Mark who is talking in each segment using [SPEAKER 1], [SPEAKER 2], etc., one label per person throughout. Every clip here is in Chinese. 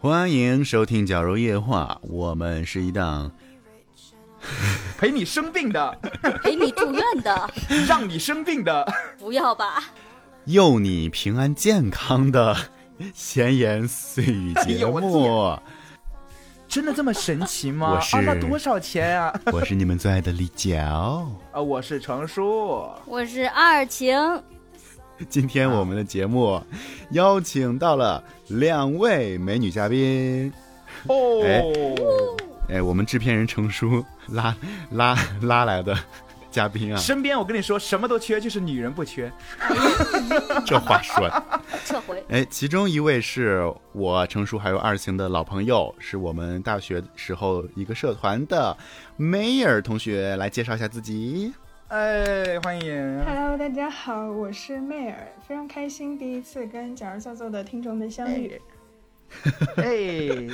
[SPEAKER 1] 欢迎收听《假如夜话》，我们是一档
[SPEAKER 2] 陪你生病的，
[SPEAKER 3] 陪你住院 的，
[SPEAKER 2] 让你生病的，
[SPEAKER 3] 不要吧？
[SPEAKER 1] 佑你平安健康的闲言碎语节
[SPEAKER 2] 哎呦
[SPEAKER 1] 目
[SPEAKER 2] 我。真的这么神奇吗？
[SPEAKER 1] 我是
[SPEAKER 2] 啊，那多少钱啊？
[SPEAKER 1] 我是你们最爱的李哦娇。
[SPEAKER 2] 啊，我是程叔，
[SPEAKER 3] 我是二晴，
[SPEAKER 1] 今天我们的节目邀请到了两位美女嘉宾。
[SPEAKER 2] 哦，
[SPEAKER 1] 哎哎，我们制片人程叔拉拉拉来的嘉宾 啊，
[SPEAKER 2] 身边我跟你说，什么都缺，就是女人不缺。
[SPEAKER 1] 这话说的。
[SPEAKER 3] 撤 回。
[SPEAKER 1] 哎，其中一位是我程叔还有二晴的老朋友，是我们大学时候一个社团的梅尔同学，来介绍一下自己。
[SPEAKER 2] 哎，欢迎。
[SPEAKER 4] Hello，大家好，我是媚儿，非常开心第一次跟假如叫做的听众们相遇。
[SPEAKER 2] 哎，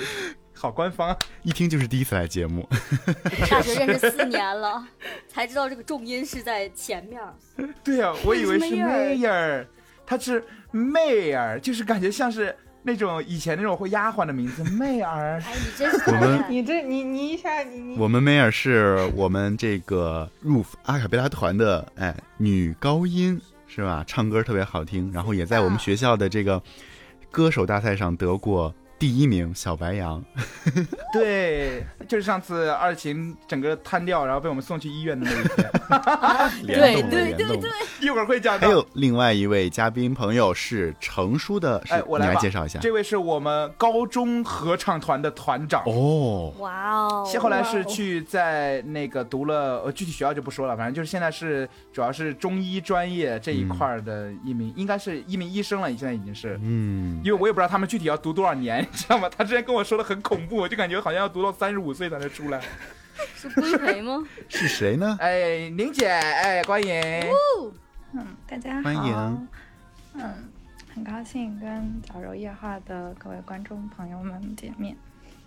[SPEAKER 2] 好官方，啊
[SPEAKER 1] 一听就是第一次来节目，
[SPEAKER 3] 嗯大学认识四年了， 才知道这个重音是在前面儿。
[SPEAKER 2] 对呀、啊，我以为是
[SPEAKER 4] Mayor
[SPEAKER 2] 妹儿，她是妹儿，就是感觉像是那种以前那种会丫鬟的 名字，妹儿。
[SPEAKER 3] 哎，你真是
[SPEAKER 1] 我
[SPEAKER 3] 讨
[SPEAKER 1] 们
[SPEAKER 3] 厌。
[SPEAKER 4] 你这你你一下你你
[SPEAKER 1] 我们梅尔是我们这个 Roof 阿卡贝拉团的哎女高音是吧？唱歌特别好听，然后也在我们学校的这个歌手大赛上得过第一名，小白羊。
[SPEAKER 2] 对，就是上次二琴整个瘫掉，然后被我们送去医院的那一天。
[SPEAKER 3] 对
[SPEAKER 1] 联动了
[SPEAKER 3] 对
[SPEAKER 1] 联
[SPEAKER 3] 对
[SPEAKER 1] 动
[SPEAKER 3] 对
[SPEAKER 1] 了，
[SPEAKER 2] 一会儿会讲
[SPEAKER 1] 还
[SPEAKER 2] 到。
[SPEAKER 1] 有另外一位嘉宾朋友是程叔的，是
[SPEAKER 2] 哎我
[SPEAKER 1] 你
[SPEAKER 2] 来
[SPEAKER 1] 来
[SPEAKER 2] 吧
[SPEAKER 1] 介绍一下
[SPEAKER 2] 这位是我们高中合唱团的团长。
[SPEAKER 1] 哦。
[SPEAKER 3] 哇哦！
[SPEAKER 2] 先后来是去在那个读了，呃，具体学校就不说了，反正就是现在是主要是中医专业这一块儿的一名，应该是一名医生了，现在已经是，
[SPEAKER 1] 嗯，
[SPEAKER 2] 因为我也不知道他们具体要读多少年，你知道吗？他之前跟我说的很恐怖，我就感觉好像要读到三十五岁才能出 来。
[SPEAKER 3] 是归培吗？
[SPEAKER 1] 是谁呢？
[SPEAKER 2] 哎，宁姐，哎，欢迎，
[SPEAKER 4] 嗯，大家好，
[SPEAKER 2] 哎
[SPEAKER 1] 欢迎
[SPEAKER 4] 嗯，很高兴跟假如夜话的各位观众朋友们见面。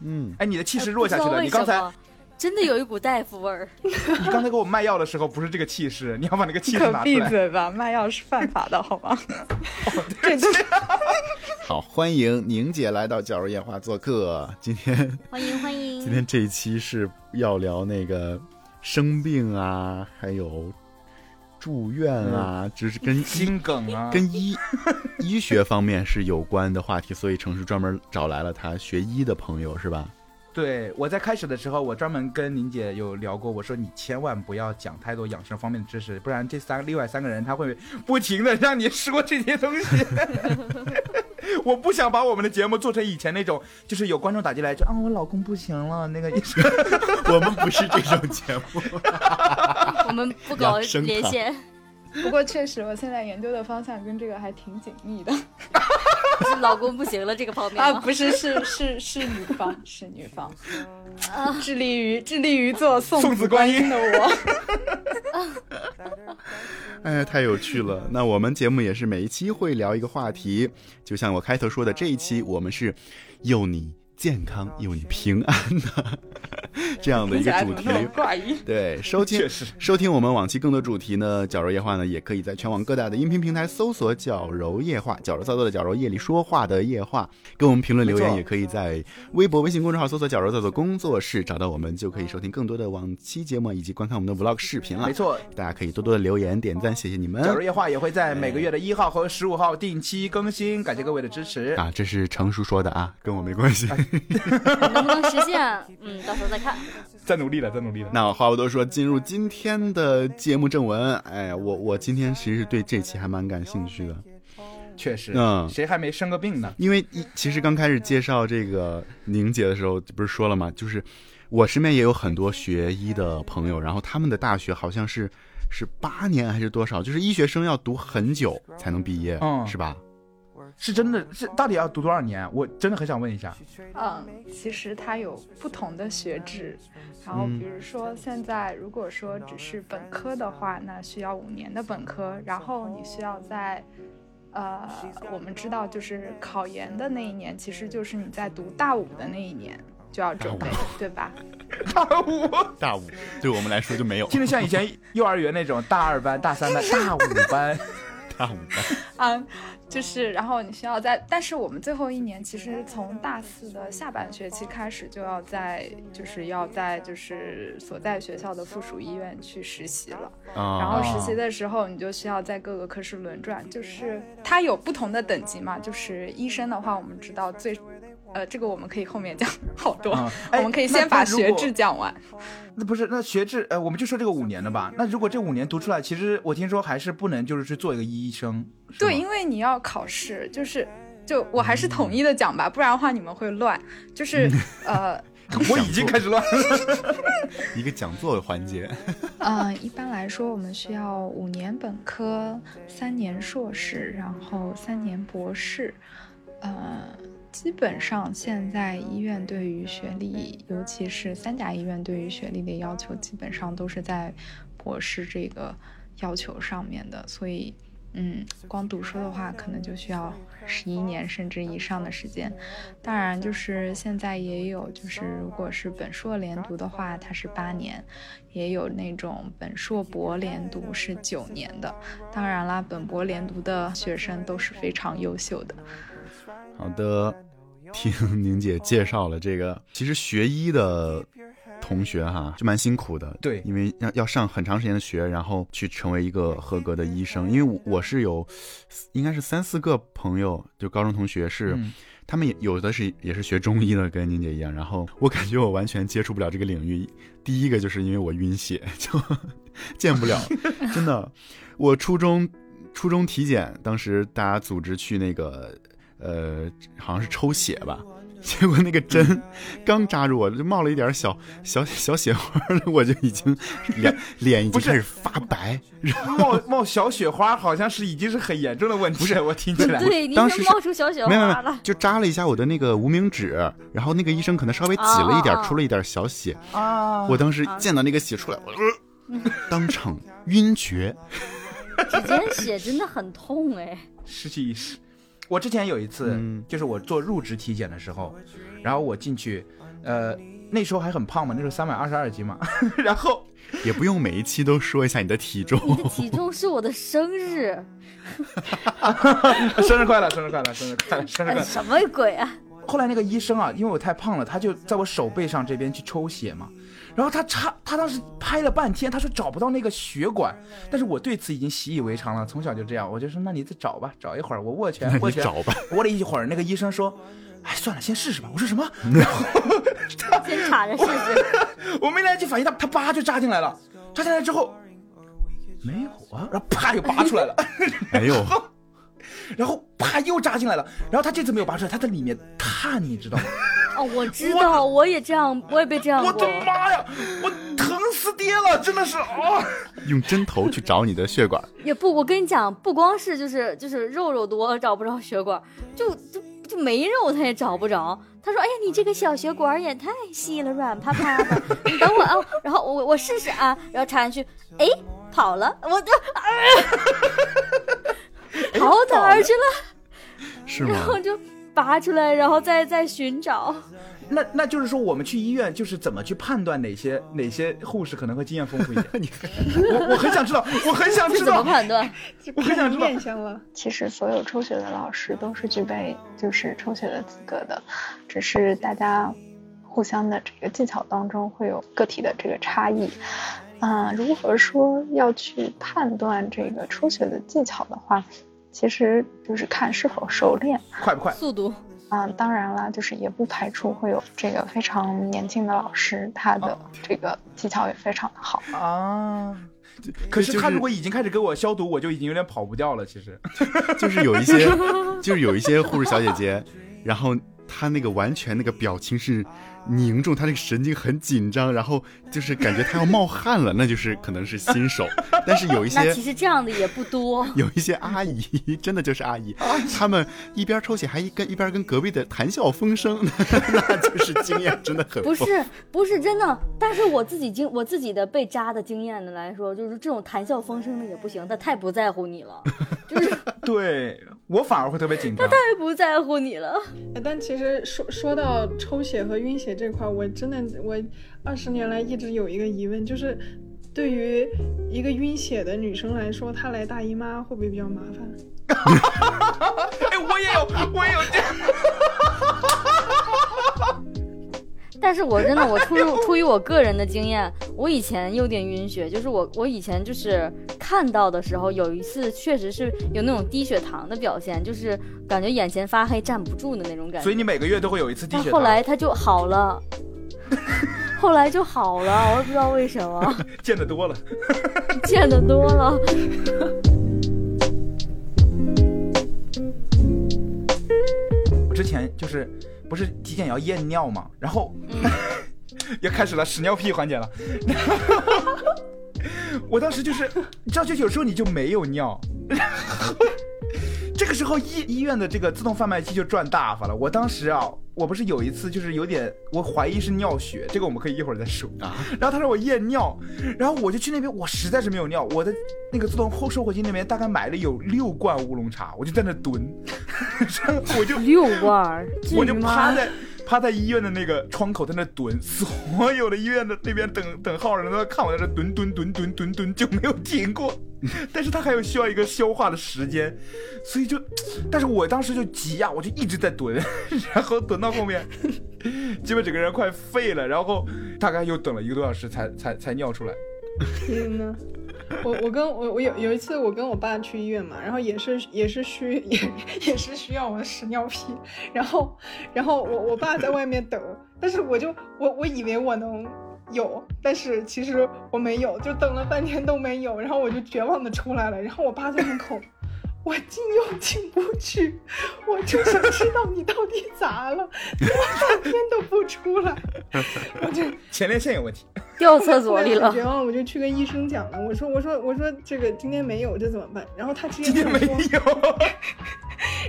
[SPEAKER 1] 嗯，
[SPEAKER 2] 哎，你的气势弱下去了，
[SPEAKER 3] 哎
[SPEAKER 2] 你
[SPEAKER 3] 不知
[SPEAKER 2] 刚
[SPEAKER 3] 道为
[SPEAKER 2] 才
[SPEAKER 3] 什么真的有一股大夫味儿。
[SPEAKER 2] 你刚才给我卖药的时候不是这个气势，你要把那个气势
[SPEAKER 4] 可
[SPEAKER 2] 拿出
[SPEAKER 4] 闭
[SPEAKER 2] 来。
[SPEAKER 4] 嘴吧，卖药是犯法的， 好吗？
[SPEAKER 5] 哦
[SPEAKER 4] 这都
[SPEAKER 1] 好，欢迎宁姐来到《角儿夜话》做客。今天
[SPEAKER 3] 欢迎欢迎！
[SPEAKER 1] 今天这一期是要聊那个生病啊，还有住院啊，只是跟医
[SPEAKER 2] 嗯心梗 啊，
[SPEAKER 1] 跟医医学方面是有关的话题，所以程叔专门找来了他学医的朋友，是吧？
[SPEAKER 2] 对，我在开始的时候，我专门跟宁姐有聊过，我说你千万不要讲太多养生方面的知识，不然这三另外三个人他会不停的让你说这些东西。 我不想把我们的节目做成以前那种，就是有观众打进来就啊，我老公不行了， 那个医生
[SPEAKER 1] 我们不是这种节目，
[SPEAKER 3] 我们不搞
[SPEAKER 1] 养生堂
[SPEAKER 3] 连线，
[SPEAKER 4] 不过确实，我现在研究的方向跟这个还挺紧密的
[SPEAKER 3] 是老公不行了这个方面
[SPEAKER 4] 啊，
[SPEAKER 3] 吗？
[SPEAKER 4] 不是，是是是女方，是女方，
[SPEAKER 3] 啊
[SPEAKER 4] 致力于致力于做送
[SPEAKER 2] 送子
[SPEAKER 4] 子
[SPEAKER 2] 观
[SPEAKER 4] 观
[SPEAKER 2] 音
[SPEAKER 4] 音的我。
[SPEAKER 1] 哎呀，太有趣了！那我们节目也是每一期会聊一个话题，就像我开头说的，这一期我们是佑你健康、佑你平安的这样的一
[SPEAKER 4] 听起
[SPEAKER 1] 个
[SPEAKER 4] 来怎
[SPEAKER 1] 主
[SPEAKER 4] 么
[SPEAKER 1] 题
[SPEAKER 4] 那。么怪异？
[SPEAKER 1] 对，收听
[SPEAKER 2] 确实
[SPEAKER 1] 收听我们往期更多主题呢，矫揉夜话呢，也可以在全网各大的音频平台搜索“矫揉夜话”，矫揉造作的矫揉，夜里说话的夜话。给我们评论留
[SPEAKER 2] 没
[SPEAKER 1] 言，
[SPEAKER 2] 错
[SPEAKER 1] 也可以在微博、微信公众号搜索“矫揉造作工作室”找到我们，就可以收听更多的往期节目以及观看我们的 vlog 视频了。
[SPEAKER 2] 没，错。
[SPEAKER 1] 大家可以多多的留言、点赞，谢谢你们。
[SPEAKER 2] 假如夜话也会在
[SPEAKER 1] 哎
[SPEAKER 2] 每个月的一号和十五号定期更新，感谢各位的支持。
[SPEAKER 1] 啊，这是程叔说的啊，跟我没关系。
[SPEAKER 3] 能不能实现？嗯，到时候再看。
[SPEAKER 2] 在努力了，在努力了。
[SPEAKER 1] 那话不多说，进入今天的节目正文。哎，我我今天其实对这期还蛮感兴趣的，
[SPEAKER 2] 确实，
[SPEAKER 1] 嗯
[SPEAKER 2] 谁还没生个病呢？
[SPEAKER 1] 因为一其实刚开始介绍这个宁姐的时候，不是说了吗？就是我身边也有很多学医的朋友，然后他们的大学好像是是八年还是多少，就是医学生要读很久才能毕业，
[SPEAKER 2] 嗯
[SPEAKER 1] 是吧？
[SPEAKER 2] 是真的是到底要读多少年？我真的很想问 一下。
[SPEAKER 4] 嗯，其实它有不同的学制，然后比如说现在如果说只是本科的话，那需要五年的本科，然后你需要在。呃，我们知道，就是考研的那一年，其实就是你在读大五的那一年就要准备，对吧？
[SPEAKER 2] 大五，
[SPEAKER 1] 大五对我们来说就没有
[SPEAKER 2] 听着像以前幼儿园那种大二班、大三班、大五班，嗯
[SPEAKER 1] 下午班。
[SPEAKER 4] 啊，就是，然后你需要在，但是我们最后一年其实从大四的下半学期开始就要在，就是要在就是所在学校的附属医院去实习了。
[SPEAKER 1] 啊，
[SPEAKER 4] 然后实习的时候，你就需要在各个科室轮转，就是它有不同的等级嘛。就是医生的话，我们知道最，呃，这个我们可以后面讲 好多，
[SPEAKER 2] 啊
[SPEAKER 4] 我
[SPEAKER 2] 哎
[SPEAKER 4] 们可以
[SPEAKER 2] 那
[SPEAKER 4] 先把
[SPEAKER 2] 那如
[SPEAKER 4] 学
[SPEAKER 2] 果
[SPEAKER 4] 制讲完。
[SPEAKER 2] 那不是那学制，呃，我们就说这个五年的吧。那如果这五年读出来，其实我听说还是不能就是去做一个医生，是
[SPEAKER 4] 对，
[SPEAKER 2] 吗
[SPEAKER 4] 因为你要考试，就是就我还是统一的讲吧，不然的话你们会乱。 就是呃
[SPEAKER 2] 我已经开始乱了。
[SPEAKER 1] 一个讲座的环节，
[SPEAKER 4] 呃，一般来说我们需要五年本科，三年硕士，然后三年博士。呃，基本上现在医院对于学历，尤其是三甲医院对于学历的要求，基本上都是在博士这个要求上面的，所以。嗯，光读书的话，可能就需要十一年甚至以上的时间。当然，就是现在也有，就是如果是本硕连读的话，它是八年，也有那种本硕博连读是九年的。当然啦，本博连读的学生都是非常优秀的。
[SPEAKER 2] 嗯
[SPEAKER 1] 好的，听宁姐介绍了这个，其实学医的同学哈就蛮辛苦的，
[SPEAKER 2] 对
[SPEAKER 1] 因为要要上很长时间的学，然后去成为一个合格的医生。因为我我是有，应该是三四个朋友，就高中同学是，
[SPEAKER 2] 嗯
[SPEAKER 1] 他们也有的是也是学中医的，跟宁姐一样。然后我感觉我完全接触不了这个领域。第一个就是因为我晕血， 就见不 了，真的。我初中初中体检，当时大家组织去那个呃，好像是抽血吧。结果那个嗯针 刚扎住我，就冒了一点小小小血花儿，我就已经脸脸已经
[SPEAKER 2] 不是
[SPEAKER 1] 开始发白，
[SPEAKER 2] 冒冒小雪花好像是已经是很严重的问题，不是我听起 来。
[SPEAKER 3] 对，你
[SPEAKER 1] 当
[SPEAKER 3] 怎
[SPEAKER 1] 时
[SPEAKER 3] 么
[SPEAKER 1] 是
[SPEAKER 3] 冒出小雪
[SPEAKER 1] 没有没
[SPEAKER 3] 花
[SPEAKER 1] 有没有
[SPEAKER 3] 了？，
[SPEAKER 1] 就扎了一下我的那个无名指，然后那个医生可能稍微挤了一点，
[SPEAKER 3] 哦哦哦
[SPEAKER 1] 出了一点小血。
[SPEAKER 2] 啊，
[SPEAKER 1] 我当时见到那个血出来，我、呃当场晕厥。
[SPEAKER 3] 指尖血真的很痛哎，
[SPEAKER 2] 失去意识。我之前有一次，
[SPEAKER 1] 嗯
[SPEAKER 2] 就是我做入职体检的时候，然后我进去，呃，那时候还很胖嘛，那时候三百二十二斤嘛， 然后
[SPEAKER 1] 也不用每一期都说一下你的体重，
[SPEAKER 3] 你的体重是我的生日，
[SPEAKER 2] 生日快乐，生日快乐，生日快乐，生日快
[SPEAKER 3] 哎
[SPEAKER 2] 乐。
[SPEAKER 3] 什么鬼啊？
[SPEAKER 2] 后来那个医生啊，因为我太胖了，他就在我手背上这边去抽血嘛。然后他插，他当时拍了半天，他说找不到那个血管，但是我对此已经习以为常了，从小就这样。我就说，那你再找吧，找一会儿，我 握拳，
[SPEAKER 1] 你
[SPEAKER 2] 握拳，
[SPEAKER 1] 找吧。
[SPEAKER 2] 握了一会儿，那个医生说，哎，算了，先试试吧。我说什么？
[SPEAKER 3] 先插着试试，
[SPEAKER 2] 我没来得及反应，他他叭就扎进来了，扎进来之后没有啊，然后啪又拔出来了，
[SPEAKER 1] 哎呦，
[SPEAKER 2] 然后啪又扎进来了，然后他这次没有拔出来，他在里面探，你知道吗？
[SPEAKER 3] 哦，我知道，我也这样，我也被这样
[SPEAKER 2] 我
[SPEAKER 3] 过
[SPEAKER 2] 的。妈呀，我疼死爹了，真的是啊！
[SPEAKER 1] 用针头去找你的血管，
[SPEAKER 3] 也不，我跟你讲，不光是就是就是肉肉多找不着血管，就就就没肉他也找不着。他说：“哎呀，你这个小血管也太细了，软趴趴的。 你等我啊、然后我我试试啊，然后插进去，哎，跑了，我的、啊、跑哪儿去了？
[SPEAKER 1] 是
[SPEAKER 3] 然
[SPEAKER 1] 吗？
[SPEAKER 3] 后就拔出来，然后再再寻找。
[SPEAKER 2] 那那就是说，我们去医院就是怎么去判断哪些哪些护士可能会经验丰富一点？ 我我很想知道，我很想
[SPEAKER 3] 这
[SPEAKER 2] 知
[SPEAKER 3] 怎么
[SPEAKER 2] 道，
[SPEAKER 3] 判断？
[SPEAKER 2] 我很想知道。
[SPEAKER 4] 上了。
[SPEAKER 6] 其实所有抽血的老师都是具备就是抽血的资格的，只是大家互相的这个技巧当中会有个体的这个差异。嗯、如何说要去判断这个抽血的技巧的话，其实就是看是否熟练。
[SPEAKER 2] 快不快？
[SPEAKER 3] 速度
[SPEAKER 6] 啊、当然啦，就是也不排除会有这个非常年轻的老师，他的这个技巧也非常的好。
[SPEAKER 2] 啊！可是
[SPEAKER 1] 就
[SPEAKER 2] 他
[SPEAKER 1] 是
[SPEAKER 2] 如果已经开始给我消毒，我就已经有点跑不掉了。其 实，
[SPEAKER 1] 就是有一些，就是有一些护士小姐姐，然后她那个完全那个表情是凝重，她那个神经很紧张，然后就是感觉她要冒汗了，那就是可能是新手。但是有一
[SPEAKER 3] 那其
[SPEAKER 1] 些
[SPEAKER 3] 实这样的也不多。
[SPEAKER 1] 有一些阿姨，真的就是阿姨，她们一边抽血还一跟一边跟隔壁的谈笑风生， 那就是经验真的很
[SPEAKER 3] 不
[SPEAKER 1] 丰富
[SPEAKER 3] 是不是真的，但是我自己经我自己的被扎的经验的来说，就是这种谈笑风生的也不行，他太不在乎你了，就是太
[SPEAKER 2] 对我反而会特别紧张。
[SPEAKER 3] 不在乎你了。
[SPEAKER 5] 哎，但其实说说到抽血和晕血这块儿，我真的我二十年来一直有一个疑问，就是对于一个晕血的女生来说，她来大姨妈会不会比较麻烦？
[SPEAKER 2] 哎，我也有，我也有这样。
[SPEAKER 3] 但是我真的，我出于出于我个人的经验，我以前有点晕血，就是我我以前就是看到的时候，有一次确实是有那种低血糖的表现，就是感觉眼前发黑、站不住的那种感觉。
[SPEAKER 2] 所以你每个月都会有一次低
[SPEAKER 3] 但
[SPEAKER 2] 血
[SPEAKER 3] 后
[SPEAKER 2] 糖。
[SPEAKER 3] 来它就好了， 后来就好了，我也不知道为什么，
[SPEAKER 2] 见得多了，
[SPEAKER 3] 见得多了。
[SPEAKER 2] 我之前就是不是体检要验尿嘛，然后、 也开始了屎尿屁环节了。我当时就是，你知道，就有时候你就没有尿，这个时候医医院的这个自动贩卖机就赚大发了。我当时啊，我不是有一次就是有点，我怀疑是尿血，这个我们可以一会儿再说。
[SPEAKER 1] 啊
[SPEAKER 2] 然后他让我验尿，然后我就去那边，我实在是没有尿，我的那个自动后售货机那边大概买了有六罐乌龙茶，我就在那蹲，然后我就
[SPEAKER 3] 六罐儿，至
[SPEAKER 2] 我
[SPEAKER 3] 于
[SPEAKER 2] 就趴
[SPEAKER 3] 吗？
[SPEAKER 2] 在趴在医院的那个窗口在那蹲，所有的医院的那边等等号的人都在看我在这蹲蹲蹲蹲蹲蹲就没有停过，但是他还有需要一个消化的时间，所以就，但是我当时就急呀、我就一直在蹲， 然后蹲到后面，基本整个人快废了，然后大概又等了一个多小时才才才尿出来，
[SPEAKER 5] 天呐，嗯我我跟我我有有一次我跟我爸去医院嘛，然后也是也是需也也是需要我的屎尿屁，然后然后我我爸在外面等，但是我就我我以为我能有，但是其实我没有，就等了半天都没有，然后我就绝望的出来了，然后我爸在门口。我进又进不去，我就想知道你到底咋了，怎么半天都不出来， 我就
[SPEAKER 2] 前列腺有问题，
[SPEAKER 3] 掉厕所里了
[SPEAKER 5] 绝。望，我就去跟医生讲了，我说我说我说这个今天没有，这怎么办？然后他直接
[SPEAKER 2] 今天
[SPEAKER 5] 跟我
[SPEAKER 2] 没
[SPEAKER 5] 说，
[SPEAKER 2] 有。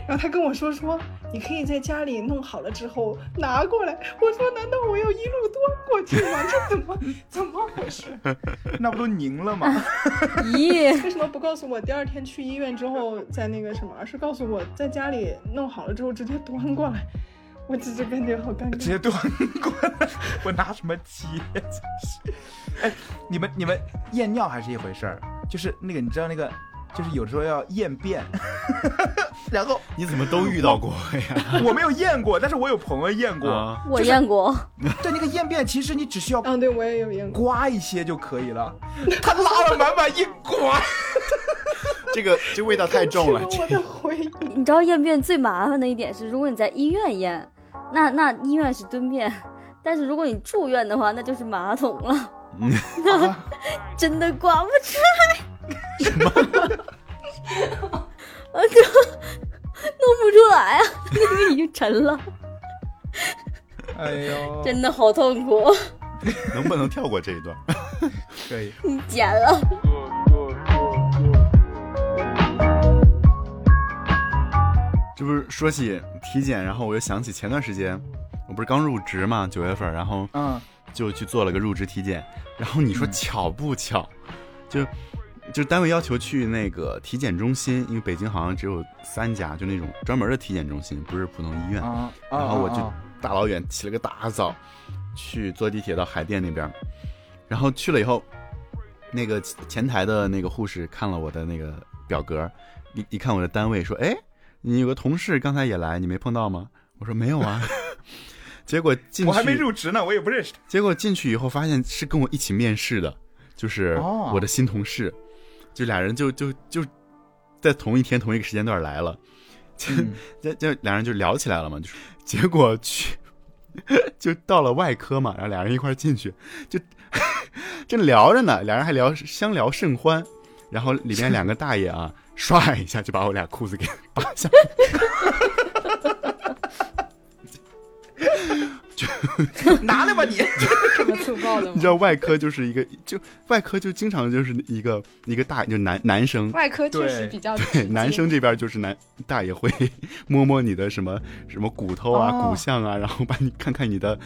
[SPEAKER 5] 然后他跟我说说你可以在家里弄好了之后拿过来。我说难道我要一路端过去吗？这怎么 怎么回事？
[SPEAKER 2] 那不都凝了吗？
[SPEAKER 3] 咦，
[SPEAKER 5] 为什么不告诉我第二天去医院之后再那个什么，而是告诉我在家里弄好了之后直接端过来？我只是感觉好尴
[SPEAKER 2] 直
[SPEAKER 5] 尬。
[SPEAKER 2] 接端过来，我拿什么接？真是，哎，你们你们验尿还是一回事儿，就是那个你知道那个，就是有时候要验便，然后
[SPEAKER 1] 你怎么都遇到过呀？
[SPEAKER 2] 我没有验过，但是我有朋友验 过。
[SPEAKER 1] 啊，
[SPEAKER 3] 我验过，
[SPEAKER 2] 对，那个验便其实你只需要
[SPEAKER 5] 嗯，对我也有验过。
[SPEAKER 2] 刮一些就可以了，他拉了满满一刮，
[SPEAKER 1] 这个这味道太重了
[SPEAKER 5] 是。 我的回忆，
[SPEAKER 3] 你知道验便最麻烦的一点是，如果你在医院验，那那医院是蹲便，但是如果你住院的话，那就是马桶 了，真的刮不出来。什么？啊，就弄不出来啊， 那个已经沉了，
[SPEAKER 2] 哎呦，
[SPEAKER 3] 真的好痛苦，
[SPEAKER 1] 能不能跳过这一段？
[SPEAKER 2] 可以。
[SPEAKER 3] 你剪了。。
[SPEAKER 1] 这不是说起体检，然后我又想起前段时间，我不是刚入职嘛，九月份，然后
[SPEAKER 2] 嗯，
[SPEAKER 1] 就去做了个入职体检。然后你说巧不巧？就就单位要求去那个体检中心，因为北京好像只有三家，就那种专门的体检中心，不是普通医院。
[SPEAKER 2] 啊，
[SPEAKER 1] 然后我就
[SPEAKER 2] 啊
[SPEAKER 1] 大老远起了个大早，去坐地铁到海淀那边儿，然后去了以后，那个前台的那个护士看了我的那个表格，一一看我的单位，说：“哎，你有个同事刚才也来，你没碰到吗？”我说：“没有 啊。”结果进去，
[SPEAKER 2] 我还没入职呢，我也不认识他。
[SPEAKER 1] 结果进去以后发现是跟我一起面试的，就是
[SPEAKER 2] 哦
[SPEAKER 1] 我的新同事，就俩人就就就在同一天同一个时间段来了，就、
[SPEAKER 2] 嗯
[SPEAKER 1] 这这俩人就聊起来了嘛，就是结果去就到了外科嘛，然后俩人一块儿进去，就 正聊着呢，俩人还聊相聊甚欢，然后里面两个大爷啊，唰一下就把我俩裤子给扒下来，
[SPEAKER 2] 拿来吧你，
[SPEAKER 7] 这么粗暴的
[SPEAKER 1] 你知？道外科就是一个就外科就经常就是一个一个大就男男生
[SPEAKER 7] 外科确实
[SPEAKER 2] 对
[SPEAKER 7] 比较
[SPEAKER 1] 对，男生这边就是男大爷会摸摸你的什么什么骨头啊、
[SPEAKER 2] 哦
[SPEAKER 1] 骨相啊，然后把你看看你的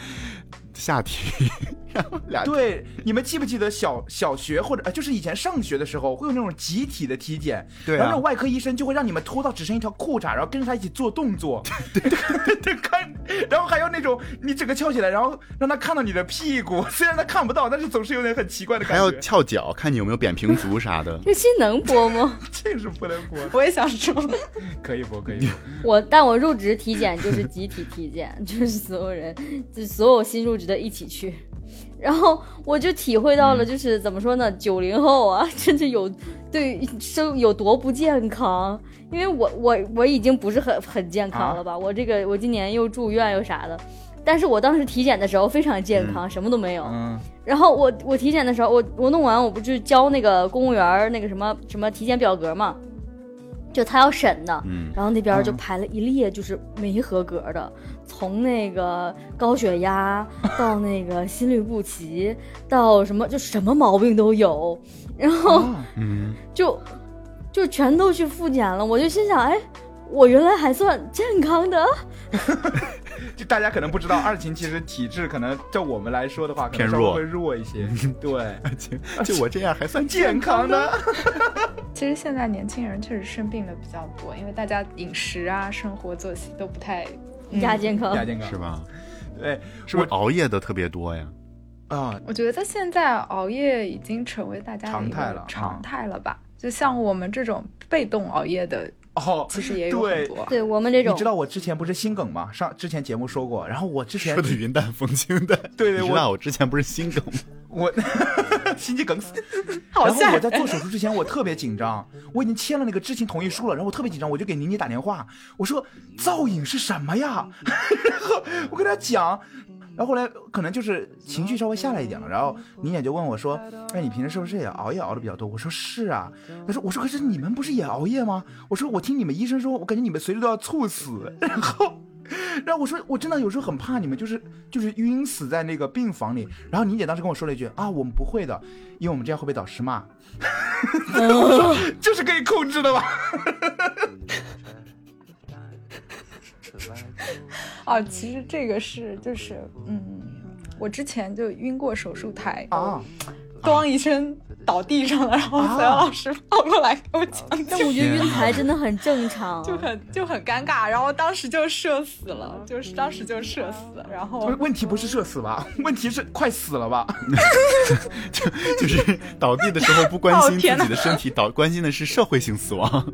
[SPEAKER 1] 下体，然后俩
[SPEAKER 2] 对，你们记不记得小小学或者呃，就是以前上学的时候，会有那种集体的体检，
[SPEAKER 1] 对啊
[SPEAKER 2] 然后那种外科医生就会让你们脱到只剩一条裤衩，然后跟着他一起做动作， 对对对，看，然后还有那种你整个翘起来，然后让他看到你的屁股， 虽然他看不到，但是总是有点很奇怪的
[SPEAKER 1] 还
[SPEAKER 2] 感
[SPEAKER 1] 要
[SPEAKER 2] 觉。
[SPEAKER 1] 翘脚，看你有没有扁平足啥 的
[SPEAKER 3] 这期能播吗？
[SPEAKER 2] 这个是不能播，
[SPEAKER 5] 我也想说，
[SPEAKER 2] 可以播，可以播。
[SPEAKER 3] 我但我入职体检就是集体体检， 就是所有人，就所有新入职的一起去。然后我就体会到
[SPEAKER 2] 嗯
[SPEAKER 3] 了，就是、怎么说呢，九零后啊， 真是有对生有多不健康。因为我我我已经不是很很健康
[SPEAKER 2] 啊
[SPEAKER 3] 了吧？我这个我今年又住院又啥的，但是我当时体检的时候非常健康，什么都没有。
[SPEAKER 2] 嗯，
[SPEAKER 3] 然后我我体检的时候，我我弄完我不就交那个公务员儿那个什么什么体检表格嘛，就他要审的，
[SPEAKER 1] 嗯，
[SPEAKER 3] 然后那边儿就
[SPEAKER 2] 嗯
[SPEAKER 3] 排了一列就是没合格的，从那个高 血压到那个心律不齐，到什么就什么毛病都有，然后
[SPEAKER 2] 啊
[SPEAKER 1] 嗯，
[SPEAKER 3] 就就全都去复检了，我就心想，哎，我原来还算健康的，
[SPEAKER 2] 就大家可能不知道，二琴其实体质可能照我们来说的话，可能
[SPEAKER 1] 偏
[SPEAKER 2] 稍微
[SPEAKER 1] 弱
[SPEAKER 2] 会弱一 些。对，
[SPEAKER 1] 就我这样还算健
[SPEAKER 2] 健康的。
[SPEAKER 4] 其实现在年轻人确实生病的比较多，因为大家饮食啊、生活作息都不太嗯
[SPEAKER 3] 亚健康。
[SPEAKER 2] 嗯亚健康
[SPEAKER 1] 是？吧？
[SPEAKER 2] 对，
[SPEAKER 1] 是不是熬夜的特别多呀？
[SPEAKER 2] 啊，
[SPEAKER 4] 我觉得在现在熬夜已经成为大家的
[SPEAKER 2] 常
[SPEAKER 4] 一个
[SPEAKER 2] 态了嗯
[SPEAKER 4] 常态了吧？就像我们这种被动熬 夜的，
[SPEAKER 2] 哦，
[SPEAKER 4] 其实也有很多。
[SPEAKER 3] 对我们这种
[SPEAKER 2] 你知道我之前不是心梗吗？上之前节目说过，然后我之前
[SPEAKER 1] 说的云淡风轻 的。
[SPEAKER 2] 对对
[SPEAKER 1] 你知道我之前不是心梗吗？
[SPEAKER 2] 我 心肌梗死，
[SPEAKER 4] 好
[SPEAKER 2] 然后
[SPEAKER 4] 吓
[SPEAKER 2] 我在做手术之前我特别紧张，我已经签了那个知情同意书了，然后我特别紧张，我就给宁宁打电话，我说造影是什么呀？ 然后我跟她讲。然后后来可能就是情绪稍微下来一点了，然后宁姐就问我说：“哎，你平时是不是也熬夜熬的比较多？”我说：“是啊。”她说：“我说可是你们不是也熬夜吗？”我说：“我听你们医生说，我感觉你们随时都要猝死。”然后然后啊我说我真的有时候很怕你们，就是就是晕死在那个病房里。然后宁姐当时跟我说了一句啊，我们不会的，因为我们这样会被导师骂。我 说这是可以控制的吧？
[SPEAKER 4] 啊，其实这个是就是嗯，我之前就晕过手术台，
[SPEAKER 2] 啊，
[SPEAKER 4] 咣一声倒地上了，然后所有老师跑过来给我
[SPEAKER 2] 啊
[SPEAKER 4] 讲，
[SPEAKER 3] 但我觉
[SPEAKER 2] 嗯
[SPEAKER 3] 得晕台真的很正常、
[SPEAKER 4] 就很就很尴尬，然后当时就社死了，就是当时就社死，然后
[SPEAKER 2] 问题嗯不是社死吧？ 问题是快死了吧？
[SPEAKER 1] 就就是倒地的时候不关
[SPEAKER 4] 哦
[SPEAKER 1] 心
[SPEAKER 4] 天
[SPEAKER 1] 自
[SPEAKER 4] 哪
[SPEAKER 1] 己的身体，倒关心的是社会性死 亡。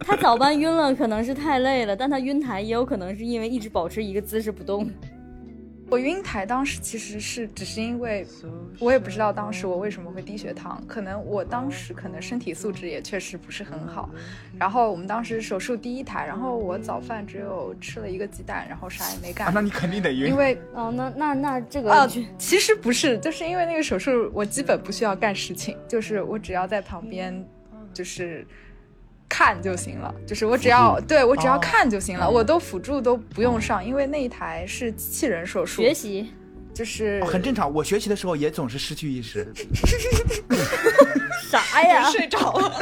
[SPEAKER 3] 他早班晕了，可能是太累了，但他晕台也有可能是因为一直保持一个姿势不动。
[SPEAKER 4] 我晕台当时其实是只是因为，我也不知道当时我为什么会低血糖，可能我当时可能身体素质也确实不是很好。然后我们当时手术第一台，然后我早饭只有吃了一个鸡蛋，然后啥也没
[SPEAKER 2] 啊
[SPEAKER 4] 干，，
[SPEAKER 2] 那你肯定得
[SPEAKER 4] 因
[SPEAKER 2] 晕。
[SPEAKER 4] 为
[SPEAKER 3] 哦，那那那这个、
[SPEAKER 4] 啊，其实不是，就是因为那个手术，我基本不需要干事情，就是我只要在旁边，就是看就行了，就是我只要对我只要
[SPEAKER 2] 哦
[SPEAKER 4] 看就行了，我都辅助都不用上，因为那一台是机器人手术，
[SPEAKER 3] 学习
[SPEAKER 4] 就是、
[SPEAKER 2] 哦很正常，我学习的时候也总是失去意识。
[SPEAKER 3] 啥呀？
[SPEAKER 4] 睡着了，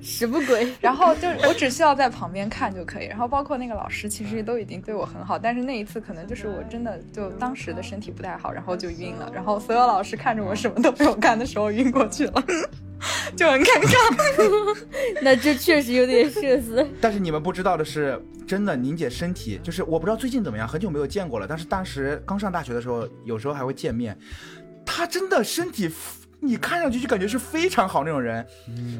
[SPEAKER 3] 什么鬼？
[SPEAKER 4] 啊 然后就我只需要在旁边看就可以，然后包括那个老师其实都已经对我很好，但是那一次可能就是我真的就当时的身体不太好，然后就晕了，然后所有老师看着我什么都没有干的时候晕过去了， 就很尴尬。
[SPEAKER 3] 那这确实有点社死。
[SPEAKER 2] 但是你们不知道的是，真的，宁姐身体就是我不知道最近怎么样，很久没有见过了。但是当时刚上大学的时候，有时候还会见面。她真的身体，你看上去就感觉是非常好那种人。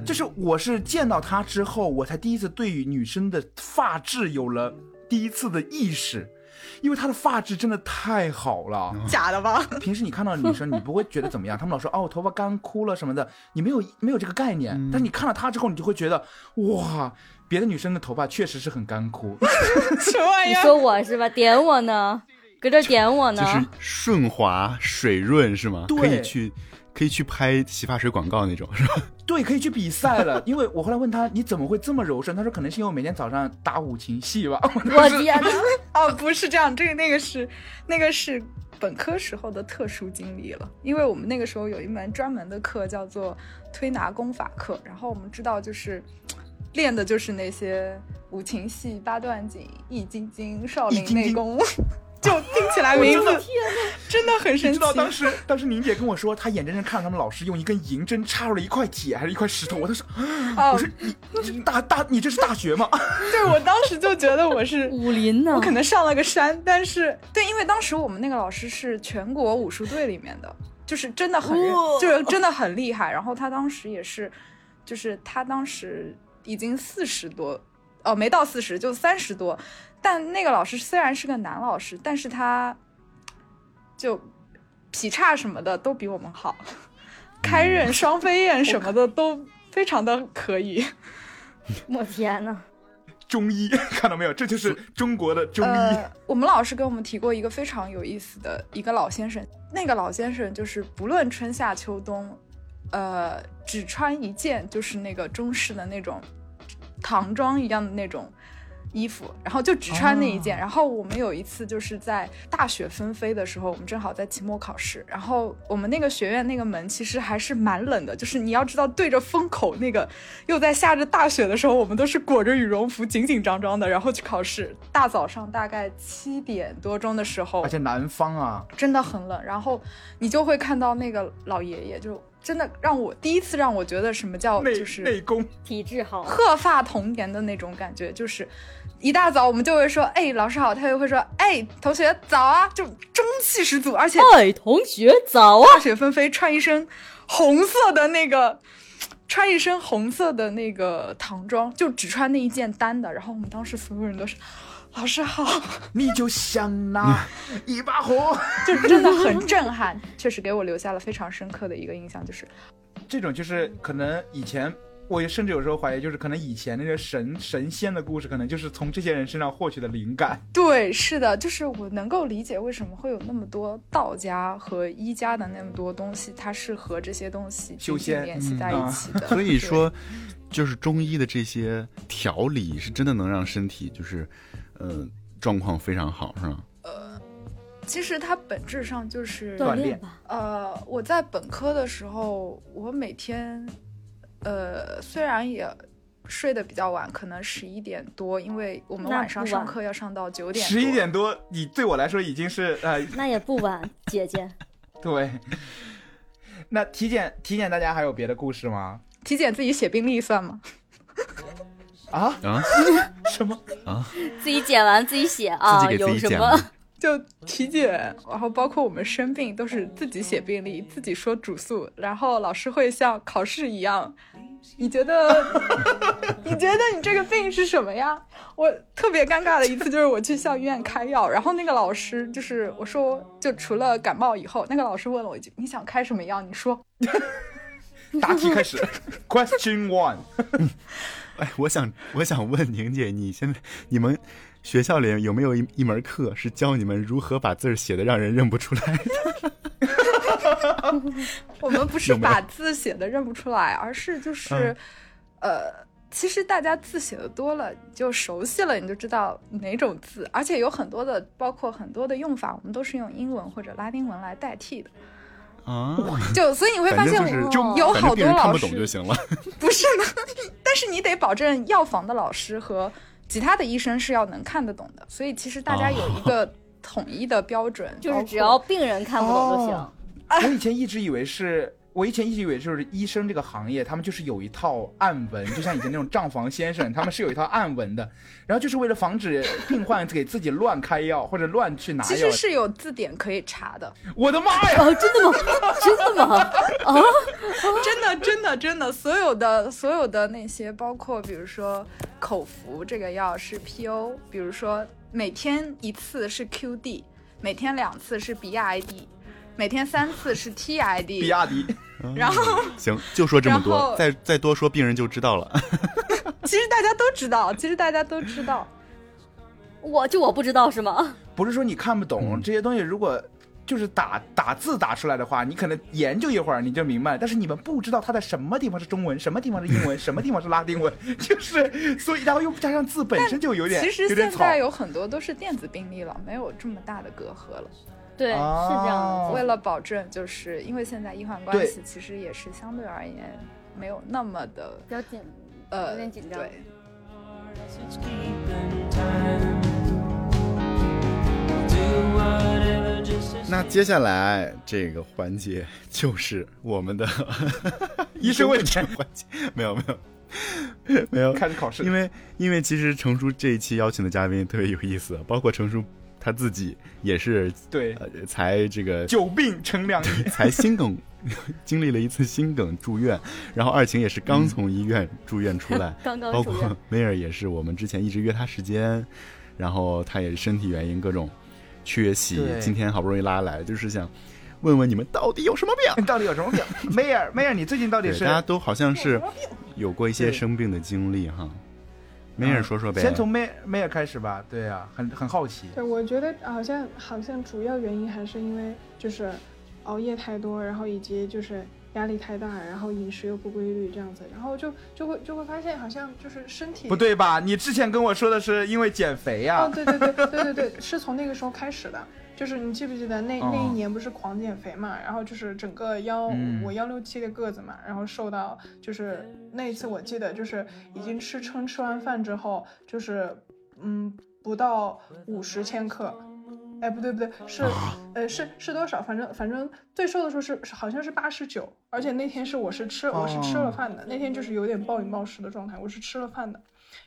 [SPEAKER 2] 就是我是见到她之后，我才第一次对于女生的发质有了第一次的意识。因为她的发质真的太好了，
[SPEAKER 4] 假的吧？
[SPEAKER 2] 平时你看到女生，你不会觉得怎么样，她们老说哦，头发干枯了什么的，你没有没有这个概念。但是你看到她之后，你就会觉得哇，别的女生的头发确实是很干枯。
[SPEAKER 4] 什么玩
[SPEAKER 3] 你说我是吧？点我呢？搁这儿点我呢？
[SPEAKER 1] 就是顺滑水润是吗？
[SPEAKER 2] 对
[SPEAKER 1] 可以去可以去拍洗发水广告那种 是吧？
[SPEAKER 2] 对，可以去比赛了。因为我后来问她你怎么会这么柔顺，她说可能是因为我每天早上打五禽戏吧。
[SPEAKER 3] 我天哪！
[SPEAKER 4] 哦，不是这样，这个那个是那个是本科时候的特殊经历了，因为我们那个时候有一门专门的课叫做推拿功法课，然后我们知道就是练的就是那些五禽戏、八段锦、易筋经、少林内功，
[SPEAKER 5] 就听起来名字真的很神
[SPEAKER 2] 你知。
[SPEAKER 5] 奇
[SPEAKER 2] 道当时当时宁姐跟我说，她眼睁睁看着他们老师用一根银针插入了一块铁还是一块石头，我当时，
[SPEAKER 5] 哦
[SPEAKER 2] 我说你你这大大你这是大学吗？
[SPEAKER 5] 对，我当时就觉得我是
[SPEAKER 3] 武林呢
[SPEAKER 5] 我？可能上了个山，但是
[SPEAKER 4] 对，因为当时我们那个老师是全国武术队里面的，就是真的很认，
[SPEAKER 5] 哇
[SPEAKER 4] 就是真的很厉害。然后他当时也是，就是他当时已经四十多，哦，没到四十，就三十多。但那个老师虽然是个男老师，但是他就劈叉什么的都比我们好，开刃、双飞燕什么的都非常的可以。
[SPEAKER 3] 我天呐，
[SPEAKER 2] 中医看到没有？这就是中国的中医。
[SPEAKER 4] 呃，我们老师给我们提过一个非常有意思的一个老先生，那个老先生就是不论春夏秋冬，呃，只穿一件就是那个中式的那种唐装一样的那种。衣服，然后就只穿那一
[SPEAKER 2] 哦
[SPEAKER 4] 件。然后我们有一次就是在大雪纷飞的时候，我们正好在期末考试，然后我们那个学院那个门其实还是蛮冷的，就是你要知道对着风口那个，又在下着大雪的时候，我们都是裹着羽绒服紧紧张张的，然后去考试。大早上大概七点多钟的时候
[SPEAKER 2] 而，且南方啊，
[SPEAKER 4] 真的很冷，然后你就会看到那个老爷爷，就真的让我第一次让我觉得什么叫
[SPEAKER 2] 内、
[SPEAKER 4] 哦就是
[SPEAKER 2] 内功，
[SPEAKER 3] 体质好，啊
[SPEAKER 4] 鹤发童颜的那种感觉，就是一大早我们就会说，哎，老师好，他又会说，哎，同学早啊，就中气十足，而且
[SPEAKER 3] 哎，同学早啊！
[SPEAKER 4] 大雪纷飞，穿一身红色的那个，穿一身红色的那个唐装，就只穿那一件单的，然后我们当时所有人都是。老师好，
[SPEAKER 2] 你就像那一把火。
[SPEAKER 4] 就真的很震撼，确实给我留下了非常深刻的一个印象，就是
[SPEAKER 2] 这种就是可能以前。我甚至有时候怀疑，就是可能以前那些神神仙的故事，可能就是从这些人身上获取的灵感。
[SPEAKER 4] 对，是的，就是我能够理解为什么会有那么多道家和医家的那么多东西，它是和这些东西
[SPEAKER 2] 修
[SPEAKER 4] 紧紧
[SPEAKER 2] 仙
[SPEAKER 4] 联系在
[SPEAKER 2] 嗯啊
[SPEAKER 4] 一起的。
[SPEAKER 1] 所以
[SPEAKER 4] 对
[SPEAKER 1] 说，就是中医的这些调理是真的能让身体就是，呃，状况非常好，是吗？
[SPEAKER 4] 其实它本质上就是
[SPEAKER 2] 锻
[SPEAKER 3] 锻
[SPEAKER 2] 炼
[SPEAKER 3] 炼吧，
[SPEAKER 4] 呃，我在本科的时候，我每天，呃，虽然也睡得比较晚，可能十一点多，因为我们
[SPEAKER 3] 那
[SPEAKER 4] 晚上
[SPEAKER 3] 不
[SPEAKER 4] 上
[SPEAKER 3] 晚
[SPEAKER 4] 课要上到九点多。
[SPEAKER 2] 十一点多，你对我来说已经是呃，
[SPEAKER 3] 那也不 晚，姐姐。
[SPEAKER 2] 对。那体检体检，大家还有别的故事吗？
[SPEAKER 4] 体检自己写病历算吗？
[SPEAKER 2] 啊？
[SPEAKER 1] 啊，
[SPEAKER 2] 什么？
[SPEAKER 3] 自己剪完自己写
[SPEAKER 1] 自
[SPEAKER 3] 啊，
[SPEAKER 1] 己给自
[SPEAKER 3] 有
[SPEAKER 1] 己
[SPEAKER 3] 什
[SPEAKER 1] 减
[SPEAKER 3] 么
[SPEAKER 1] 吗？
[SPEAKER 4] 就体检，然后包括我们生病都是自己写病历，自己说主诉，然后老师会像考试一样，你觉得 你觉得你这个病是什么呀？我特别尴尬的一次就是我去向医院开药，然后那个老师就是我说就除了感冒以后，那个老师问了我一句你想开什么药？你说
[SPEAKER 2] 答题 开始，Question One。
[SPEAKER 1] 哎，我想我想问宁姐，你现在你们学校里有没有一一门课是教你们如何把字儿写的让人认不出来？
[SPEAKER 4] 我们不是
[SPEAKER 1] 有没有
[SPEAKER 4] 把字写的认不出来，而是就是，
[SPEAKER 1] 嗯
[SPEAKER 4] 呃，其实大家字写的多了，你就熟悉了，你就知道哪种字，而且有很多的，包括很多的用法，我们都是用英文或者拉丁文来代替的。
[SPEAKER 1] 啊，
[SPEAKER 4] 就所以你会发 现
[SPEAKER 1] 反正就是
[SPEAKER 4] 我
[SPEAKER 1] 中
[SPEAKER 4] 有
[SPEAKER 1] 反正
[SPEAKER 4] 好
[SPEAKER 1] 病
[SPEAKER 4] 多
[SPEAKER 1] 人看
[SPEAKER 4] 老
[SPEAKER 1] 不
[SPEAKER 4] 师
[SPEAKER 1] 懂就行了。
[SPEAKER 4] 不是呢， 但是你得保证药房的老师和其他的医生是要能看得懂的，所以其实大
[SPEAKER 1] 哦
[SPEAKER 4] 家有一个统一的标准，
[SPEAKER 3] 就是
[SPEAKER 4] 包
[SPEAKER 3] 只
[SPEAKER 4] 括
[SPEAKER 3] 要病人看不懂就行。
[SPEAKER 2] 哦我以前一直以为是。我以前一直以为就是医生这个行业，他们就是有一套暗文，就像以前那种账房先生，他们是有一套暗文的，然后就是为了防止病患给自己乱开药或者乱去拿
[SPEAKER 4] 其
[SPEAKER 2] 药
[SPEAKER 4] 实。是有字典可以查的。
[SPEAKER 2] 我的妈呀！
[SPEAKER 3] 哦，真的吗？ 真的吗？
[SPEAKER 4] 真的，真的，真的，所有的所有的那些，包括比如说口服这个药是 PO，比如说每天一次是 QD，每天两次是 BID，每天三次是
[SPEAKER 2] 比
[SPEAKER 4] TID。
[SPEAKER 2] 亚迪，
[SPEAKER 4] 然后，
[SPEAKER 1] 行，就说这么
[SPEAKER 4] 然
[SPEAKER 1] 多，
[SPEAKER 4] 后
[SPEAKER 1] 再再多说病人就知道了。
[SPEAKER 4] 其实大家都知道，其实大家都知道，
[SPEAKER 3] 我就我不知道是吗？
[SPEAKER 2] 不是说你看不懂这些东西，如果就是打打字打出来的话，你可能研究一会儿你就明白，但是你们不知道它的什么地方是中文，什么地方是英文，什么地方是拉丁文， 就是所以然后又加上字本身就有点
[SPEAKER 4] 其
[SPEAKER 2] 有
[SPEAKER 4] 实
[SPEAKER 2] 点
[SPEAKER 4] 现
[SPEAKER 2] 草
[SPEAKER 4] 在。有很多都是电子病历了，没有这么大的隔阂了。
[SPEAKER 3] 对，是这样
[SPEAKER 2] 哦
[SPEAKER 3] 的。
[SPEAKER 4] 为了保证，就是因为现在医患关
[SPEAKER 2] 对
[SPEAKER 4] 系其实也是相对而言没有那么的
[SPEAKER 3] 比较紧，
[SPEAKER 4] 呃，
[SPEAKER 3] 有点紧张。
[SPEAKER 4] 对。
[SPEAKER 7] It's keeping time. Do
[SPEAKER 1] 那接下来这个环节就是我们的
[SPEAKER 2] 医生问
[SPEAKER 1] 诊
[SPEAKER 2] 诊
[SPEAKER 1] 环节，没有没有没有，
[SPEAKER 2] 开始考试，
[SPEAKER 1] 因
[SPEAKER 2] 为
[SPEAKER 1] 为因为其实程叔这一期邀请的嘉宾也特别有意思，包括程叔他自己也是
[SPEAKER 2] 对
[SPEAKER 1] 呃才这个
[SPEAKER 2] 久病成良医，
[SPEAKER 1] 才心梗， 经历了一次心梗住院，然后二晴也是
[SPEAKER 2] 嗯
[SPEAKER 1] 刚从医院住院出来，
[SPEAKER 3] 刚刚
[SPEAKER 1] 包
[SPEAKER 3] 出
[SPEAKER 1] 括
[SPEAKER 3] 院，
[SPEAKER 1] 梅尔也是我们之前一直约他时间，然后他也是身体原因各种缺席，
[SPEAKER 2] 对
[SPEAKER 1] 今天好不容易拉来，就是想问问你们到底有什么病？
[SPEAKER 2] 到底有什么病？梅尔，梅尔，你最近到底
[SPEAKER 1] 对，
[SPEAKER 2] 是
[SPEAKER 1] 大？家都好像是有过一些
[SPEAKER 2] 对啊
[SPEAKER 1] 生病的经历哈。梅尔说说呗，
[SPEAKER 2] 先从梅梅尔开始吧，对啊，很很好奇，
[SPEAKER 5] 对，我觉得好像好像主要原因还是因为就是熬夜太多，然后以及就是压力太大，然后饮食又不规律这样子，然后就就会就会发现好像就是身体
[SPEAKER 2] 不。对吧？你之前跟我说的是因为减肥啊呀、
[SPEAKER 5] 哦，对对对对对对，是从那个时候开始的。就是你记不记得那那一
[SPEAKER 2] 哦
[SPEAKER 5] 年不是狂减肥嘛，然后就是整个幺
[SPEAKER 2] 嗯
[SPEAKER 5] 我幺六七的个子嘛，然后瘦到就是那一次我记得就是已经吃撑吃完饭之后就是嗯不到五十千克，哎不对不对是
[SPEAKER 2] 啊
[SPEAKER 5] 呃是是多少？反正反正最瘦的时候是是好像是八十九，而且那天是我是吃我是吃了
[SPEAKER 2] 哦
[SPEAKER 5] 饭的，那天就是有点暴饮暴食的状态，我是吃了饭的。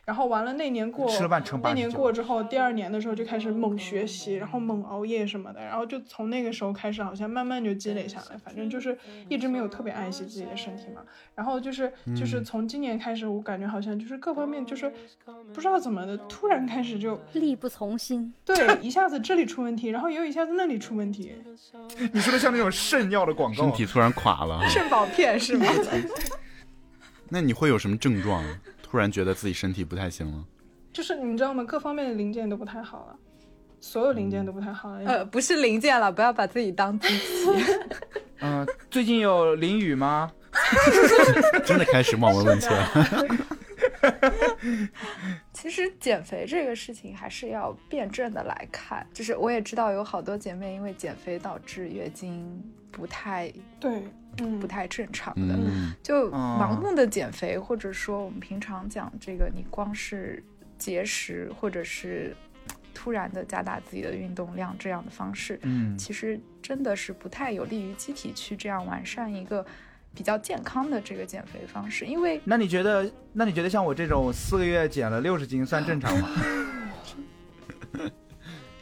[SPEAKER 5] 然后完了那年过
[SPEAKER 2] 吃了饭撑
[SPEAKER 5] 那年
[SPEAKER 2] 89
[SPEAKER 5] 过之后，第二年的时候就开始猛学习，然后猛熬夜什么的，然后就从那个时候开始，好像慢慢就积累下来。反正就是一直没有特别爱惜自己的身体嘛。然后就是就是
[SPEAKER 2] 嗯
[SPEAKER 5] 从今年开始，我感觉好像就是各方面就是不知道怎么的，突然开始就
[SPEAKER 3] 力不从心。
[SPEAKER 5] 对一下子这里出问题，然后又一下子那里出问题，
[SPEAKER 2] 你说的像那种肾药的广告
[SPEAKER 1] 身，体突然垮了哈。
[SPEAKER 5] 肾宝片是吗？
[SPEAKER 1] 那你会有什么症状？突然觉得自己身体不太行了？
[SPEAKER 5] 就是你知道吗？各方面的零件都不太好了，所有零件都不太好了。
[SPEAKER 7] 呃，不是零件了，不要把自己当机器。
[SPEAKER 2] 嗯、最近有淋雨吗？
[SPEAKER 1] 真的开始望闻问切了。
[SPEAKER 4] 其实减肥这个事情还是要辩证的来看，就是我也知道有好多姐妹因为减肥导致月经不太
[SPEAKER 5] 对，嗯，
[SPEAKER 4] 不太正常的，
[SPEAKER 1] 嗯，
[SPEAKER 4] 就
[SPEAKER 2] 啊
[SPEAKER 4] 盲目的减肥，或者说我们平常讲这个，你光是节食或者是突然的加大自己的运动量这样的方式，
[SPEAKER 2] 嗯
[SPEAKER 4] 其实真的是不太有利于机体去这样完善一个比较健康的这个减肥方式，因为
[SPEAKER 2] 那你觉得，那你觉得像我这种四个月减了六十斤算正常吗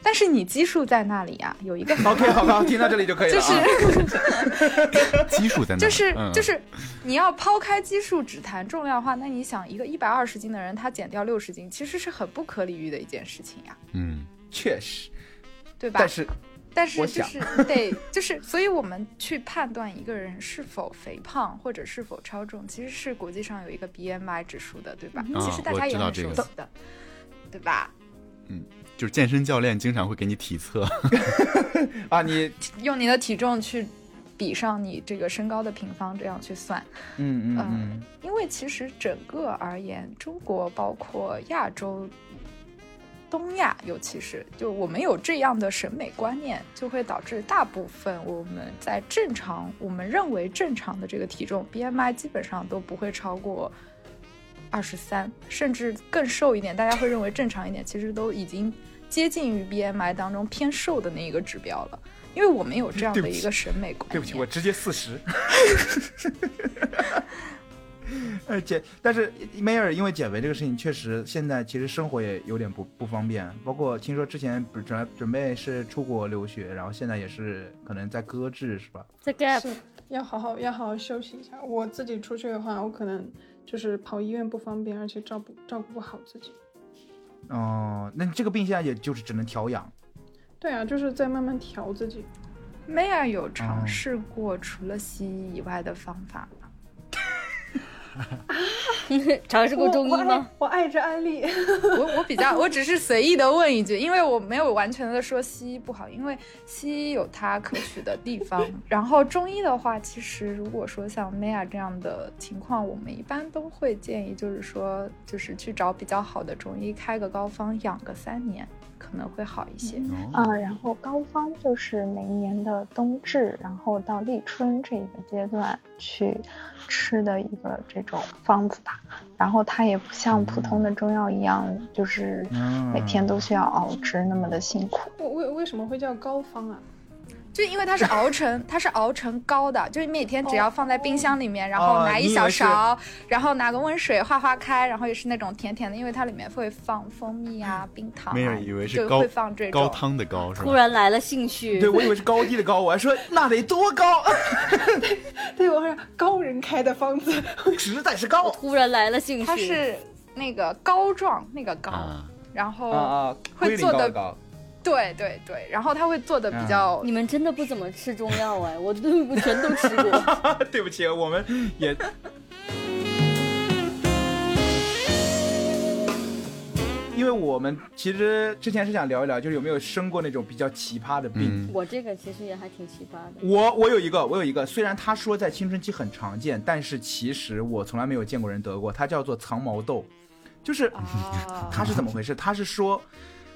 [SPEAKER 4] 但是你基数在那里呀、有 一个很
[SPEAKER 2] ？OK，好吧，听到这里就可以了、啊。
[SPEAKER 4] 就是
[SPEAKER 1] 嗯基数在哪？
[SPEAKER 4] 就是
[SPEAKER 1] 嗯、
[SPEAKER 4] 就是，你要抛开基数只谈重量的话，那你想一个一百二十斤的人，他减掉六十斤，其实是很不可理喻的一件事情呀、
[SPEAKER 1] 嗯，
[SPEAKER 2] 确实，
[SPEAKER 4] 对吧？
[SPEAKER 2] 但是
[SPEAKER 4] 但是
[SPEAKER 2] 我
[SPEAKER 4] 就
[SPEAKER 2] 想
[SPEAKER 4] 是得 就是，所以我们去判断一个人是否肥胖或者是否超重，其实是国际上有一个 BMI 指数的，对吧？
[SPEAKER 1] 嗯
[SPEAKER 4] 其实大
[SPEAKER 1] 啊
[SPEAKER 4] 家
[SPEAKER 1] 我
[SPEAKER 4] 也
[SPEAKER 1] 知道
[SPEAKER 4] 很
[SPEAKER 1] 这
[SPEAKER 4] 熟
[SPEAKER 1] 个
[SPEAKER 4] 悉的，对吧？
[SPEAKER 1] 就是健身教练经常会给你体测，
[SPEAKER 2] 啊，你
[SPEAKER 4] 用你的体重去比上你这个身高的平方，这样去算。
[SPEAKER 2] 嗯嗯嗯
[SPEAKER 4] 嗯，因为其实整个而言，中国包括亚洲、东亚，尤其是就我们有这样的审美观念，就会导致大部分我们在正常我们认为正常的这个体重 BMI 基本上都不会超过。二十三，甚至更瘦一点，大家会认为正常一点，其实都已经接近于 BMI 当中偏瘦的那一个指标了，因为我们有这样
[SPEAKER 2] 对
[SPEAKER 4] 的
[SPEAKER 2] 不起
[SPEAKER 4] 一个审美观念。
[SPEAKER 2] 对不起，我直接四十。 而且，但是梅尔因为减肥这个事情，确实现在其实生活也有点不不方便。包括听说之前不是准准备是出国留学，然后现在也是可能在搁置，是吧？
[SPEAKER 3] The gap，
[SPEAKER 5] 是要好好要好好休息一下。我自己出去的话，我可能就是跑医院不方便，而且照顾照顾不好自己。
[SPEAKER 2] 哦、那你这个病现在也就是只能调 养。
[SPEAKER 5] 对啊，就是在慢慢调自己。
[SPEAKER 4] 梅尔有尝
[SPEAKER 2] 哦
[SPEAKER 4] 试过除了西医以外的方法吗？
[SPEAKER 3] 尝试过中医吗？
[SPEAKER 5] 我？我爱着安 利。
[SPEAKER 4] 我我比较， 我只是随意的问一句，因为我没有完全的说西医不好，因为西医有它可取的地方。然后中医的话，其实如果说像梅尔这样的情况，我们一般都会建议，就是说，就是去找比较好的中医开个膏方养个三年，可能会好一些。
[SPEAKER 1] 哦，
[SPEAKER 6] 啊，然后高方就是每年的冬至，然后到立春这一个阶段去吃的一个这种方子吧。然后它也不像普通的中药一样，就是每天都需要熬制那么的辛苦。
[SPEAKER 5] 我为为什么会叫膏方啊？
[SPEAKER 7] 就因为它是熬 成，它是熬成膏的，就是每天只要放在冰箱里面，然后
[SPEAKER 2] 哦
[SPEAKER 7] 拿
[SPEAKER 2] 你
[SPEAKER 7] 一
[SPEAKER 2] 以
[SPEAKER 7] 小
[SPEAKER 2] 为是
[SPEAKER 7] 勺，然后拿个温水化化开，然后也是那种甜甜的，因为它里面会放蜂蜜啊、冰糖啊，
[SPEAKER 1] 没人以为是
[SPEAKER 7] 就
[SPEAKER 1] 高
[SPEAKER 7] 会放这
[SPEAKER 1] 高
[SPEAKER 7] 种。
[SPEAKER 1] 汤的高是吧？
[SPEAKER 3] 突然来了兴趣，
[SPEAKER 2] 对，我以为是高低的高，我还说那得多高，
[SPEAKER 5] 对，我说高人开的方子，
[SPEAKER 2] 实在是
[SPEAKER 3] 我
[SPEAKER 2] 高
[SPEAKER 3] 突然来了兴趣。
[SPEAKER 7] 它是那个膏状那个膏，
[SPEAKER 1] 啊，
[SPEAKER 7] 然后、
[SPEAKER 2] 啊啊，
[SPEAKER 7] 会
[SPEAKER 2] 龟苓
[SPEAKER 7] 做
[SPEAKER 2] 膏
[SPEAKER 7] 得
[SPEAKER 2] 的高，
[SPEAKER 7] 对对对，然后它会做的比较、
[SPEAKER 3] 你们真的不怎么吃中药哎，我都我全都吃 过。
[SPEAKER 2] 对不起，我们也因为我们其实之前是想聊一聊，就是有没有生过那种比较奇葩的病。
[SPEAKER 1] 嗯，
[SPEAKER 3] 我这个其实也还挺奇葩的。
[SPEAKER 2] 我我有一个，我有一个，虽然他说在青春期很常见，但是其实我从来没有见过人得过，它叫做藏毛豆，就是
[SPEAKER 7] 啊，
[SPEAKER 2] 他是怎么回事？他是说，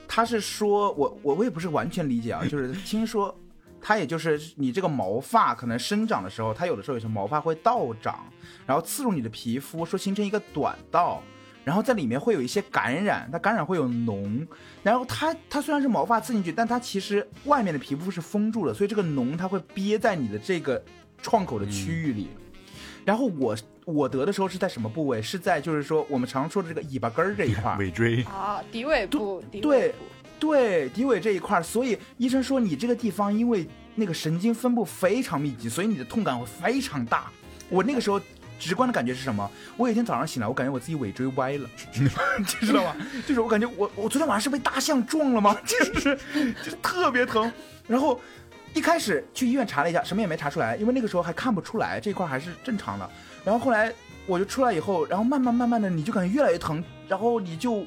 [SPEAKER 2] 他是说我我我也不是完全理 解啊，就是听说他也就是你这个毛发可能生长的时候，它有的时候有些毛发会倒长，然后刺入你的皮肤，说形成一个短道。然后在里面会有一些感染，它感染会有脓，然后它它虽然是毛发刺进去，但它其实外面的皮肤是封住的，所以这个脓它会憋在你的这个创口的区域里。然后我我得的时候是在什么部位？是在就是说我们常说的这个尾巴根儿这一块儿，
[SPEAKER 1] 尾椎
[SPEAKER 7] 啊，敌尾部，敌尾
[SPEAKER 2] 对
[SPEAKER 7] 部，
[SPEAKER 2] 对，骶尾这一块儿，所以医生说你这个地方因为那个神经分布非常密集，所以你的痛感会非常大。我那个时候直观的感觉是什么？我有一天早上醒来，我感觉我自己尾椎歪了， 你知道吗？就是我感觉我我昨天晚上是被大象撞了吗？ 就是就是特别疼，然后。一开始去医院查了一下，什么也没查出来，因为那个时候还看不出来这块儿还是正常的。然后后来我就出来以后，然后慢慢慢慢的你就感觉越来越疼，然后你就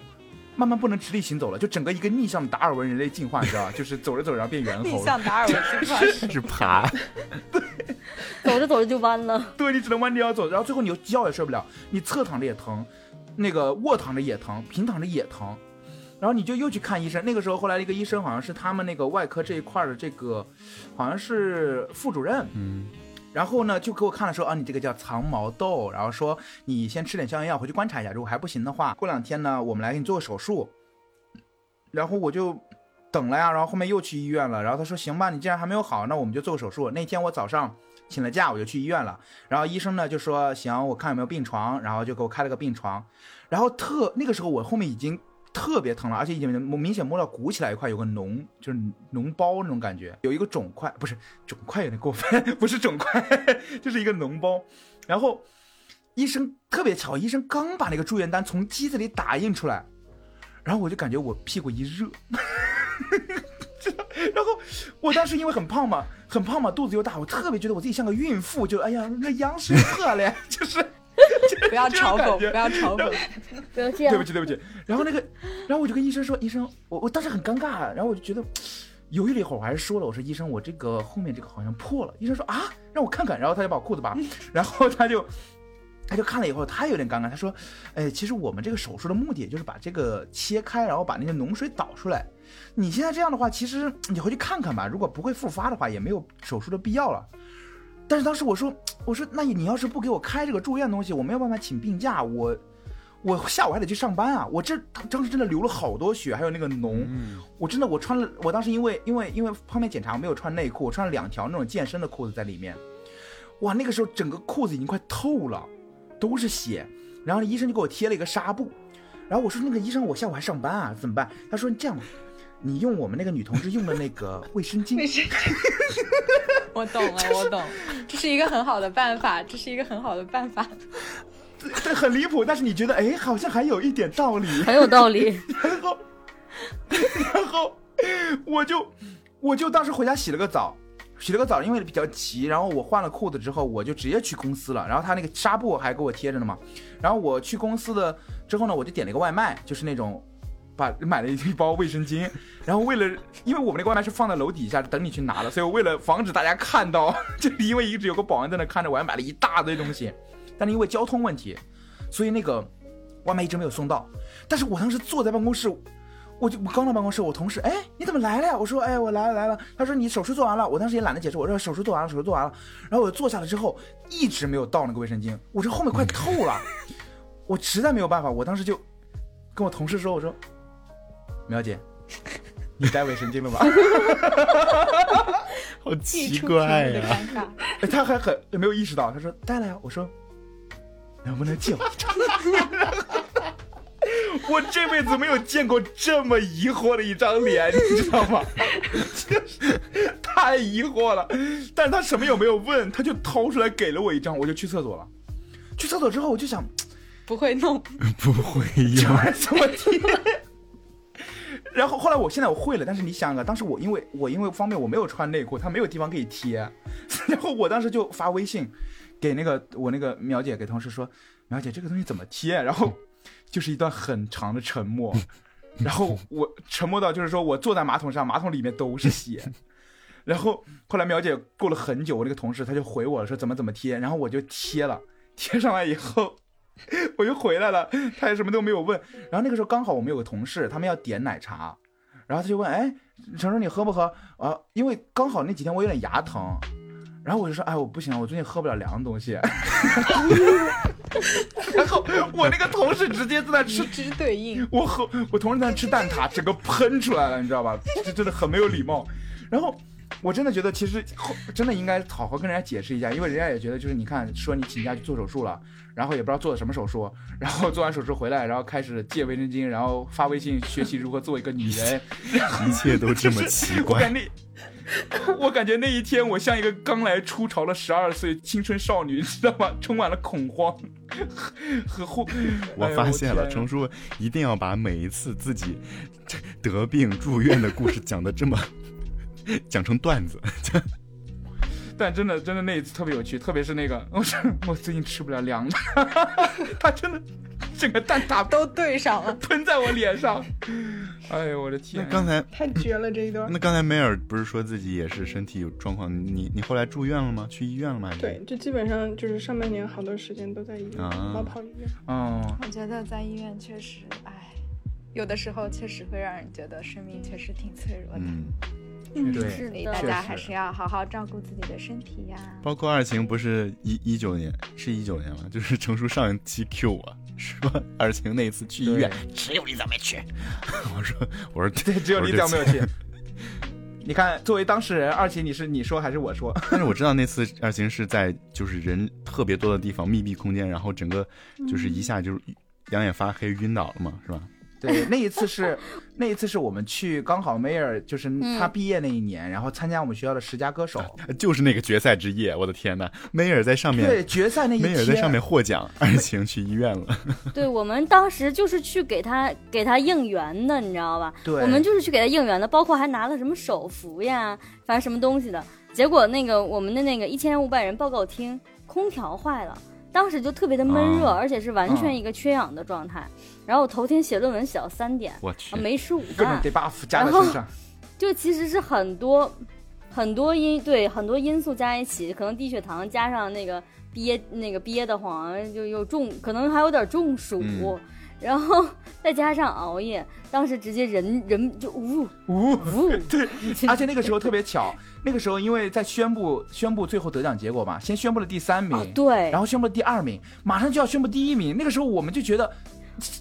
[SPEAKER 2] 慢慢不能直立行走了，就整个一个逆向达尔文人类进化，你知道吧？就是走着走着然后变猿
[SPEAKER 7] 逆
[SPEAKER 2] 猴了，
[SPEAKER 7] 向达尔文进化史。
[SPEAKER 1] 是爬，
[SPEAKER 3] 走着走着就弯了，
[SPEAKER 2] 对你只能弯着腰走，然后最后你又觉也睡不了，你侧躺着也疼，那个卧躺着也疼，平躺着也疼，然后你就又去看医生。那个时候后来一个医生好像是他们那个外科这一块儿的这个，好像是副主任，
[SPEAKER 1] 嗯，
[SPEAKER 2] 然后呢，就给我看了说啊，你这个叫藏毛豆，然后说你先吃点消炎药回去观察一下，如果还不行的话，过两天呢，我们来给你做个手术。然后我就等了呀，然后后面又去医院了，然后他说行吧，你既然还没有好，那我们就做个手术。那天我早上请了假，我就去医院了，然后医生呢就说行，我看有没有病床，然后就给我开了个病床，然后特那个时候我后面已经特别疼了，而且已经明显摸到鼓起来一块有个脓，就是脓包那种感觉，有一个肿块，不是肿块有点过分， 不是肿块，就是一个脓包，然后医生特别巧，医生刚把那个住院单从机子里打印出来，然后我就感觉我屁股一热， 然后我当时因为很胖嘛，很胖嘛，肚子又大，我特别觉得我自己像个孕妇，就哎呀，那羊水 破了，就是
[SPEAKER 7] 不要嘲
[SPEAKER 2] 这种
[SPEAKER 7] 讽，
[SPEAKER 2] 感觉
[SPEAKER 7] 不要嘲 讽。
[SPEAKER 3] 不
[SPEAKER 2] 对不
[SPEAKER 3] 要这样。
[SPEAKER 2] 起，对不起。然后那个，然后我就跟医生说，医生，我我当时很尴尬，然后我就觉得犹豫了一会儿，我还是说了，我说医生，我这个后面这个好像破了。医生说啊，让我看看，然后他就把我裤子扒，然后他就。他就看了以后，他有点尴尬，他说：“哎，其实我们这个手术的目的也就是把这个切开，然后把那个脓水导出来。你现在这样的话，其实你回去看看吧，如果不会复发的话，也没有手术的必要了。”但是当时我说：“我说，那你要是不给我开这个住院东西，我没有办法请病假，我我下午还得去上班啊！我这当时真的流了好多血，还有那个脓，我真的我穿了，我当时因为因为因为方便检查，我没有穿内裤，我穿了两条那种健身的裤子在里面，哇，那个时候整个裤子已经快透了，都是血，然后医生就给我贴了一个纱布，然后我说那个医生，我下午还上班啊，怎么办？他说你这样吧，你用我们那个女同志用的那个卫生巾，
[SPEAKER 7] 我懂了，我懂，这是一个很好的办法，这是一个很好的办法。
[SPEAKER 2] 对，很离谱，但是你觉得哎，好像还有一点道 理，
[SPEAKER 3] 很有道理，
[SPEAKER 2] 然后，然后我就我就当时回家洗了个澡，洗了个澡，因为比较急，然后我换了裤子之后，我就直接去公司了。然后他那个纱布还给我贴着呢嘛。然后我去公司的之后呢，我就点了一个外卖，就是那种。把买了一包卫生巾， 然后为了，因为我们那个外卖是放在楼底下等你去拿的，所以我为了防止大家看到， 就因为一直有个保安在那看着，我还买了一大堆东西，但是因为交通问题，所以那个外卖一直没有送到。但是我当时坐在办公室，我就我刚到办公室，我同事哎你怎么来了呀？我说哎我来了来了。他说你手术做完了，我当时也懒得解释，我说手术做完了手术做完了。然后我坐下了之后，一直没有到那个卫生巾，我这后面快透了，我实在没有办法，我当时就跟我同事说我说， 苗姐，你带卫生巾了吧？
[SPEAKER 1] 好
[SPEAKER 4] 溢
[SPEAKER 1] 奇
[SPEAKER 4] 出题目
[SPEAKER 1] 怪啊
[SPEAKER 4] 的
[SPEAKER 1] 呀、
[SPEAKER 4] 尴尬。
[SPEAKER 2] 哎 他还很没有意识到，他说带来呀，我说能不能借我一张？ 我这辈子没有见过这么疑惑的一张脸，你知道吗？就是太疑惑了。但是他什么也没有问，他就掏出来给了我一张，我就去厕所了。去厕所之后，我就想，
[SPEAKER 5] 不会弄，
[SPEAKER 1] 不会
[SPEAKER 2] 这
[SPEAKER 1] 有
[SPEAKER 2] 玩意儿怎么贴？ 然后后来我现在我会了，但是你想啊，当时我因为我因为方便我没有穿内裤，它没有地方可以贴， 然后我当时就发微信给那个我那个苗姐给同事说，苗姐这个东西怎么贴？然后就是一段很长的沉默， 然后我沉默到就是说我坐在马桶上，马桶里面都是血。 然后后来苗姐过了很久，我那个同事他就回我说怎么怎么贴，然后我就贴了，贴上来以后我就回来了，他也什么都没有问。然后那个时候刚好我们有个同事，他们要点奶茶，然后他就问：“哎，程程你喝不喝？”啊，因为刚好那几天我有点牙疼，然后我就说：“哎，我不行，我最近喝不了凉的东西。”然后我那个同事直接在那吃
[SPEAKER 5] 与之对应。
[SPEAKER 2] 我喝，我同事在那吃蛋挞，整个喷出来了，你知道吧？这真的很没有礼貌。然后我真的觉得，其实后真的应该好好跟人家解释一下，因为人家也觉得，就是你看，说你请假去做手术了，然后也不知道做的什么手术，然后做完手术回来，然后开始借卫生巾，然后发微信学习如何做一个女人，
[SPEAKER 1] 一切都 这么
[SPEAKER 2] 就是
[SPEAKER 1] 奇
[SPEAKER 2] 我
[SPEAKER 1] 怪
[SPEAKER 2] 感。觉那，我感觉那一天我像一个刚来初潮的十二岁青春少女，你知道吗？充满了恐慌和和后。
[SPEAKER 1] 我
[SPEAKER 2] 哎呦
[SPEAKER 1] 发现了，
[SPEAKER 2] 天
[SPEAKER 1] 程叔一定要把每一次自己得病住院的故事讲的这么 讲成段子。
[SPEAKER 2] 但真的真的那一次特别有趣，特别是那个， 我真我最近吃不了 凉的，他真的整个蛋挞
[SPEAKER 5] 都对上了，
[SPEAKER 2] 喷在我脸上，哎呦我的
[SPEAKER 1] 那
[SPEAKER 2] 天！
[SPEAKER 1] 刚才
[SPEAKER 5] 太绝了这一段。
[SPEAKER 1] 那刚才梅尔不是说自己也是身体有状况？你你后来住院了吗？去医院了吗？还是
[SPEAKER 5] 对，就基本上就是上半年好多时间都在医院，
[SPEAKER 1] 啊
[SPEAKER 5] 老跑医院。
[SPEAKER 2] 嗯，
[SPEAKER 4] 我觉得在医院确实，哎，有的时候确实会让人觉得生命确实挺脆弱的，
[SPEAKER 1] 嗯，
[SPEAKER 2] 对，
[SPEAKER 3] 是
[SPEAKER 4] 所以
[SPEAKER 3] 的
[SPEAKER 4] 大
[SPEAKER 2] 确
[SPEAKER 4] 家
[SPEAKER 2] 实
[SPEAKER 4] 还是要好好照顾自己的身体呀、
[SPEAKER 1] 包括二晴不是一一九年是一九年吗？就是程叔上一期 Q 我说 二晴那一次去医院，只有你咱没去。 我说我说
[SPEAKER 2] 对，只有
[SPEAKER 1] 我
[SPEAKER 2] 你
[SPEAKER 1] 说
[SPEAKER 2] 俩没有
[SPEAKER 1] 对不起
[SPEAKER 2] 去。你看，作为当事人，二期你是你说还是我说？
[SPEAKER 1] 但是我知道那次二晴是在就是人特别多的地方密闭空间，然后整个
[SPEAKER 2] 嗯
[SPEAKER 1] 就是一下就是两眼发黑晕倒了嘛，是吧？
[SPEAKER 2] 对，那一次是那一次是我们去刚好梅尔就是
[SPEAKER 3] 嗯
[SPEAKER 2] 他毕业那一年，然后参加我们学校的十佳歌手，
[SPEAKER 1] 就是那个决赛之夜，我的天呐，梅尔在上
[SPEAKER 2] 对，
[SPEAKER 1] 面，
[SPEAKER 2] 决赛那一
[SPEAKER 1] 梅
[SPEAKER 2] 天
[SPEAKER 1] 尔在上面获奖，二晴去医院了。
[SPEAKER 3] 对我们当时就是去给他给他应援的，你知道吧？
[SPEAKER 2] 对
[SPEAKER 3] 我们就是去给他应援的，包括还拿了什么手幅呀，反正什么东西的。结果那个我们的那个一千五百人报告厅空调坏了，当时就特别的闷热，
[SPEAKER 1] 啊
[SPEAKER 3] 而且是完全一个缺氧的状态。然后我头天写论文写到三点，
[SPEAKER 1] 我去
[SPEAKER 3] 啊，没吃午
[SPEAKER 2] 各种
[SPEAKER 3] 饭，
[SPEAKER 2] debuff 加在身上，
[SPEAKER 3] 就其实是很多很多因对很多因素加一起，可能低血糖加上那个憋那个憋得慌，就又中，可能还有点中暑，
[SPEAKER 1] 嗯
[SPEAKER 3] 然后再加上熬夜，当时直接人人就呜
[SPEAKER 2] 呜、
[SPEAKER 3] 呜， 对，
[SPEAKER 2] 而且那个时候特别巧，那个时候因为在宣布宣布最后得奖结果嘛，先宣布了第三名，
[SPEAKER 3] 啊对
[SPEAKER 2] 然，后宣布了第二名，马上就要宣布第一名。那个时候我们就觉得，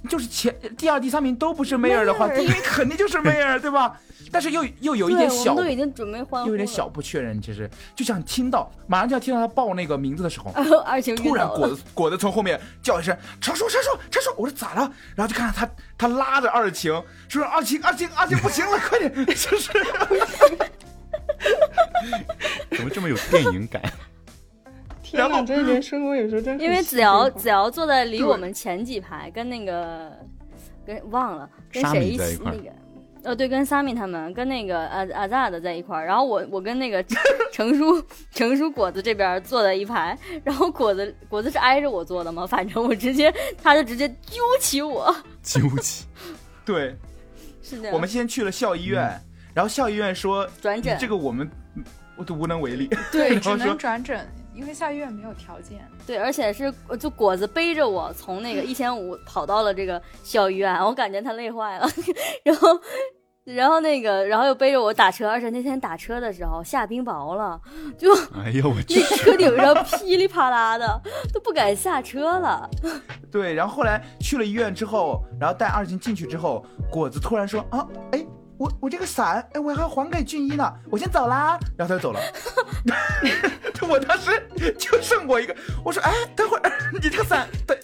[SPEAKER 2] 就是前第二、第三名都不是梅尔的话，
[SPEAKER 3] 梅尔
[SPEAKER 2] 第一名肯定就是梅尔，对吧？但是又又有一点
[SPEAKER 3] 对，我
[SPEAKER 2] 小
[SPEAKER 3] 们，都已经准备欢呼
[SPEAKER 2] 又
[SPEAKER 3] 了，
[SPEAKER 2] 有点小不确认，其实就想听到，马上就要听到他报那个名字的时候，
[SPEAKER 3] 然后 二晴啊晕
[SPEAKER 2] 突然
[SPEAKER 3] 倒
[SPEAKER 2] 果
[SPEAKER 3] 了，
[SPEAKER 2] 子果子从后面叫一声“陈叔，陈叔，陈叔”，我说咋了？然后就看到他他拉着二晴，说二晴，二晴，二晴不行了，快点， 就是。
[SPEAKER 1] 怎么这么有电影感？
[SPEAKER 5] 天哪，真的觉得生活有时候真的
[SPEAKER 3] 因为
[SPEAKER 5] 很戏
[SPEAKER 3] 子瑶
[SPEAKER 5] 剧化
[SPEAKER 3] 子瑶坐在离我们前几排，跟那个跟忘了跟
[SPEAKER 1] 沙
[SPEAKER 3] 谁
[SPEAKER 1] 米在一
[SPEAKER 3] 起
[SPEAKER 1] 块
[SPEAKER 3] 那
[SPEAKER 1] 儿
[SPEAKER 3] 个。呃，对，跟 Sammy 他们，跟那个阿阿扎的在一块儿，然后我我跟那个 程叔程叔果子这边坐在一排，然后果子果子是挨着我坐的嘛，反正我直接他就直接揪起我，
[SPEAKER 1] 纠结。
[SPEAKER 2] 对，
[SPEAKER 3] 是的，
[SPEAKER 2] 我们先去了校医院，然后校医院说
[SPEAKER 3] 转诊
[SPEAKER 2] 这个我们嗯我都无能为力。
[SPEAKER 3] 对
[SPEAKER 2] 然
[SPEAKER 4] 只
[SPEAKER 2] 后
[SPEAKER 4] 能
[SPEAKER 2] 说
[SPEAKER 4] 转诊，因为校医院没有条件。
[SPEAKER 3] 对，而且是呃就果子背着我从那个一千五跑到了这个校医院，我感觉他累坏了， 然后。然后那个，然后又背着我打车，而且那天打车的时候下冰雹了，就
[SPEAKER 1] 哎呦 我去
[SPEAKER 3] 那！车顶上噼里啪啦的，都不敢下车了。
[SPEAKER 2] 对，然后后来去了医院之后，然后带二琴进去之后，果子突然说啊，哎，我我这个伞，哎，我还还给俊一呢，我先走啦。”然后他就 走了。我当时就剩我一个，我说：“哎，等会儿你这个伞，等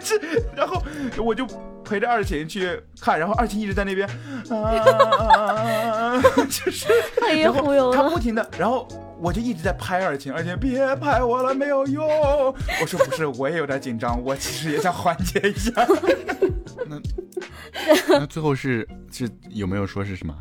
[SPEAKER 2] 这。”然后我就陪着二琴去看，然后二琴一直在那边，啊， 就是
[SPEAKER 3] 太
[SPEAKER 2] 然后
[SPEAKER 3] 哎忽悠
[SPEAKER 2] 他
[SPEAKER 3] 了。
[SPEAKER 2] 不停的，然后我就一直在拍二琴，二琴别拍我了，没有用。我说不是，我也有点紧张，我其实也想缓解一下。
[SPEAKER 1] 那最后是是有没有说是什么？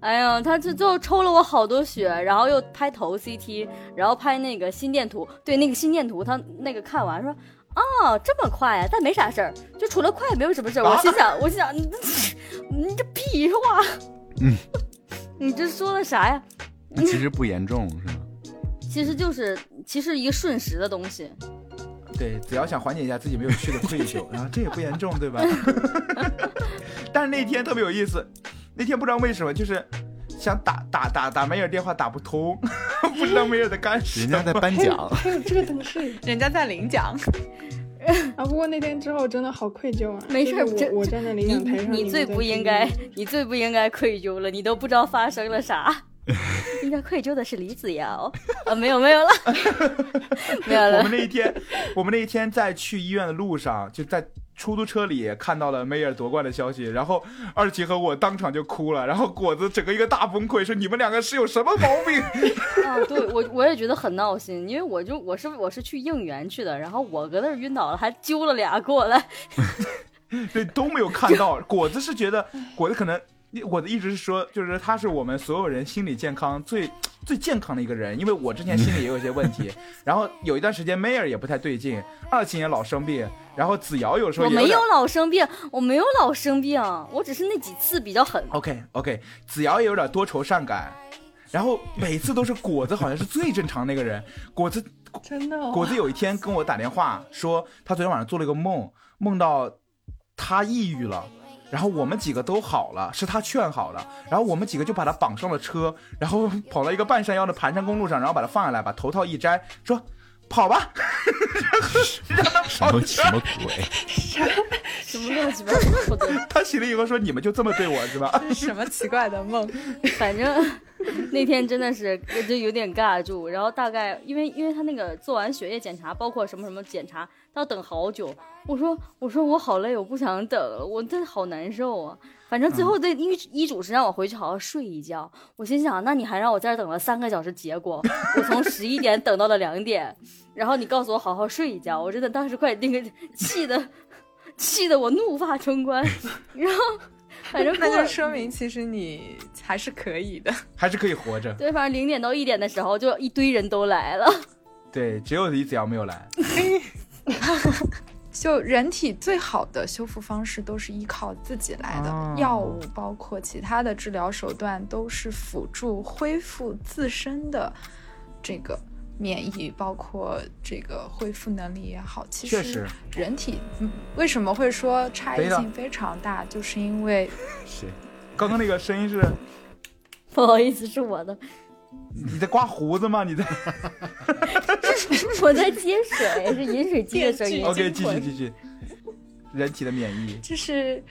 [SPEAKER 3] 哎呀，他这最后抽了我好多血，然后又拍头 CT，然后拍那个心电图，对那个心电图，他那个看完说。哦，这么快呀、但没啥事儿，就除了快没有什么事儿。我心想，我心想，你这你这屁话，
[SPEAKER 1] 嗯，
[SPEAKER 3] 你这说的啥呀？
[SPEAKER 1] 那其实不严重是吗？
[SPEAKER 3] 其实就是，其实一个瞬时的东西。
[SPEAKER 2] 对，只要想缓解一下自己没有去的愧 疚，然后这也不严重，对吧？ 但是那天特别有意思，那天不知道为什么就是想打打打打梅尔电话打不通， 不知道梅尔在干什
[SPEAKER 1] 人
[SPEAKER 2] 么。
[SPEAKER 1] 家在颁 奖，
[SPEAKER 5] 还 有这个东西
[SPEAKER 4] 人家在领奖，
[SPEAKER 5] 啊！不过那天之后真的好愧疚啊。
[SPEAKER 3] 没事儿
[SPEAKER 5] 就是
[SPEAKER 3] 这
[SPEAKER 5] 我我站在领
[SPEAKER 3] 你
[SPEAKER 5] 奖台上，
[SPEAKER 3] 你
[SPEAKER 5] 们
[SPEAKER 3] 最
[SPEAKER 5] 在
[SPEAKER 3] 不
[SPEAKER 5] 评
[SPEAKER 3] 应该
[SPEAKER 5] 论，
[SPEAKER 3] 你最不应该愧疚了，你都不知道发生了啥。应该愧疚的是李子瑶啊，没有没有了， 没有
[SPEAKER 2] 我
[SPEAKER 3] 了
[SPEAKER 2] 们。那一天，我们那一天在去医院的路上，就在出租车里看到了梅尔夺冠的消息，然后二奇和我当场就哭了，然后果子整个一个大崩溃，说你们两个是有什么毛病？
[SPEAKER 3] 啊，对我我也觉得很闹心，因为我就我是我是去应援去的，然后我搁那儿晕倒了，还揪了俩过来。
[SPEAKER 2] 对，都没有看到。果子是觉得，果子可能，我的一直是说，就是他是我们所有人心理健康最最健康的一个人，因为我之前心里也有一些问 题，然后有一段时间 Mayer 也不太对劲，二琴也老生病，然后子瑶有时候
[SPEAKER 3] 我
[SPEAKER 2] 也
[SPEAKER 3] 没
[SPEAKER 2] 点
[SPEAKER 3] 有老生病，我没有老生病，我只是那几次比较狠。
[SPEAKER 2] OK OK，子瑶也有点多愁善感，然后每次都是果子好像是最正常那个人。 果子
[SPEAKER 5] 真的、哦、
[SPEAKER 2] 果子有一天跟我打电话说，他昨天晚上做了一个梦，梦到他抑郁了。然后我们几个都好了，是他劝好了，然后我们几个就把他绑上了车，然后跑到一个半山腰的盘山公路上，然后把他放下来，把头套一摘，说跑吧，
[SPEAKER 1] 什么什么鬼？
[SPEAKER 3] 什么乱七八糟的，
[SPEAKER 2] 他醒了以后说你们就这么对我是吧？
[SPEAKER 4] 什么奇怪的梦？
[SPEAKER 3] 反正 那天真的是就有点尬住，然后大概因为因为他那个做完血液检查，包括什么什么检查，他要等好久。我说我说我好累，我不想等了，我真的好难受啊。反正最后这医医嘱是让我回去好好睡一觉。我心想，那你还让我在这儿等了三个小时，结果我从十一点等到了两点，然后你告诉我好好睡一觉，我真的当时快那个气的气的我怒发冲冠，然后反正过
[SPEAKER 4] 那
[SPEAKER 3] 了
[SPEAKER 4] 就说明其实你还是可以的。
[SPEAKER 2] 还是可以活着。
[SPEAKER 3] 对，反正零点到一点的时候，就一堆人都来了。
[SPEAKER 2] 对，只有李子瑶没有来。
[SPEAKER 4] 就人体最好的修复方式都是依靠自己来的，
[SPEAKER 2] 哦
[SPEAKER 4] 药物包括其他的治疗手段都是辅助恢复自身的这个免疫，包括这个恢复能力也好。其
[SPEAKER 2] 确
[SPEAKER 4] 实
[SPEAKER 2] 实
[SPEAKER 4] 人体嗯为什么会说差异
[SPEAKER 2] 对的
[SPEAKER 4] 性非常大，就是因为
[SPEAKER 1] 谁？
[SPEAKER 2] 刚刚那个声音是
[SPEAKER 3] 不好意思，是我的，
[SPEAKER 2] 你在刮胡子吗？你在
[SPEAKER 3] 我在接水，是饮水机的声音
[SPEAKER 5] 电
[SPEAKER 2] OK，
[SPEAKER 5] 竞
[SPEAKER 2] 继续继续。 人体的免疫，
[SPEAKER 4] 就是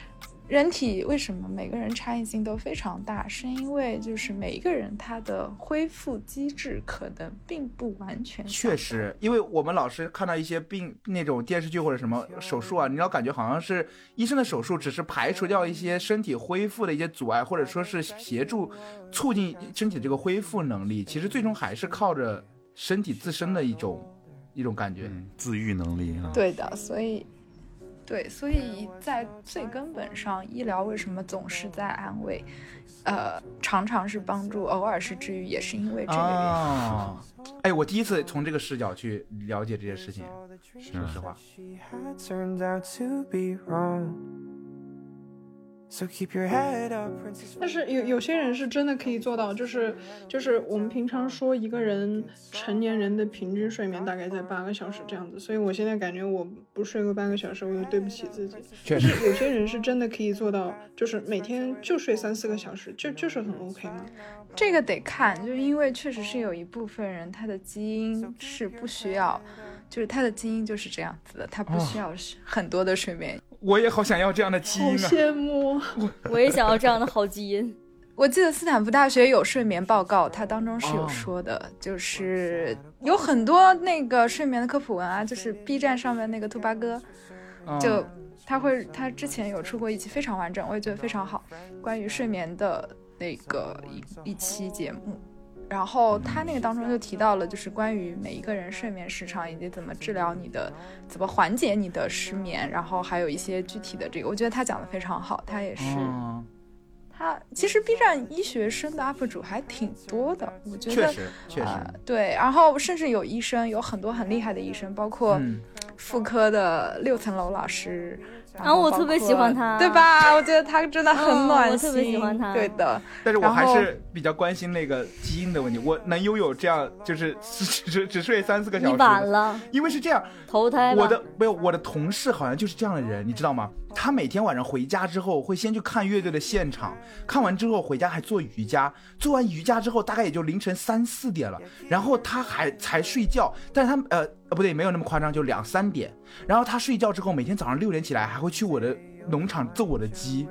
[SPEAKER 4] 人体为什么每个人差异性都非常大，是因为就是每一个人他的恢复机制可能并不完全相
[SPEAKER 2] 确实，因为我们老是看到一些病那种电视剧或者什么手术啊，你老感觉好像是医生的手术只是排除掉一些身体恢复的一些阻碍，或者说是协助促进身体这个恢复能力，其实最终还是靠着身体自身的一种一种感觉。
[SPEAKER 1] 嗯，自愈能力啊。
[SPEAKER 4] 对的，所以，对，所以在最根本上，医疗为什么总是在安慰，呃，常常是帮助，偶尔是治愈，也是因为这个原因。
[SPEAKER 2] 啊，哎，我第一次从这个视角去了解这些事情，说实话，
[SPEAKER 8] She had turned out to be wrong. So keep your head up, princess.
[SPEAKER 5] 但是有有些人是真的可以做到，就是就是我们平常说一个人成年人的平均睡眠大概在八个小时这样子，所以我现在感觉我不睡个半个小时，我就对不起自己。
[SPEAKER 2] 确
[SPEAKER 5] 就。是有些人是真的可以做到，就是每天就睡三四个小时，就就是很 OK 嘛。
[SPEAKER 4] 这个得看，就是因为确实是有一部分人他的基因
[SPEAKER 2] 哦
[SPEAKER 4] 是不需要，就是他的基因就是这样子的，他不需要是很多的睡眠。
[SPEAKER 2] 我也好想要这样的基
[SPEAKER 5] 好
[SPEAKER 2] 因啊！
[SPEAKER 5] 羡慕。
[SPEAKER 3] 我也想要这样的好 基因。
[SPEAKER 4] 我记得斯坦福大学有睡眠报告，它当中是有
[SPEAKER 2] 哦
[SPEAKER 4] 说的，就是有很多那个睡眠的科普文啊，就是 B 站上面那个兔八哥，
[SPEAKER 2] 嗯
[SPEAKER 4] 就他会他之前有出过一期非常完整，我也觉得非常好，关于睡眠的那个一一期节目。然后他那个当中就提到了，就是关于每一个人睡眠时长以及怎么治疗你的，怎么缓解你的失眠，然后还有一些具体的这个，我觉得他讲的非常好，他也是。
[SPEAKER 2] 嗯
[SPEAKER 4] 他其实 B 站医学生的 UP 主还挺多的，我觉
[SPEAKER 2] 确
[SPEAKER 4] 得
[SPEAKER 2] 实确实，
[SPEAKER 4] 呃对，然后甚至有医生，有很多很厉害的医生，包括
[SPEAKER 2] 嗯，
[SPEAKER 4] 妇科的六层楼老师。然
[SPEAKER 3] 啊
[SPEAKER 4] 后
[SPEAKER 3] 我
[SPEAKER 4] 包
[SPEAKER 3] 特别
[SPEAKER 4] 括
[SPEAKER 3] 喜欢他
[SPEAKER 4] 对吧？我觉得他真的
[SPEAKER 3] 嗯
[SPEAKER 4] 很
[SPEAKER 3] 我
[SPEAKER 4] 暖心，
[SPEAKER 3] 特别喜欢他
[SPEAKER 4] 对 的，
[SPEAKER 2] 但是我
[SPEAKER 4] 然
[SPEAKER 2] 还
[SPEAKER 4] 后
[SPEAKER 2] 是比较关心那个基因的问题。我能拥有这样，就是只只只睡三四个小
[SPEAKER 3] 你
[SPEAKER 2] 时
[SPEAKER 3] 晚
[SPEAKER 2] 吗，
[SPEAKER 3] 了，
[SPEAKER 2] 因为是这样，
[SPEAKER 3] 投胎吧。
[SPEAKER 2] 我的没有，我的同事好像就是这样的人，你知道吗？他每天晚上回家之后，会先去看乐队的现场，看完之后回家还做瑜伽，做完瑜伽之后大概也就凌晨三四点了，然后他还才睡觉，但是他呃呃不对，没有那么夸张，就两三点。然后他睡觉之后，每天早上六点起来还会去我的农场揍我的鸡，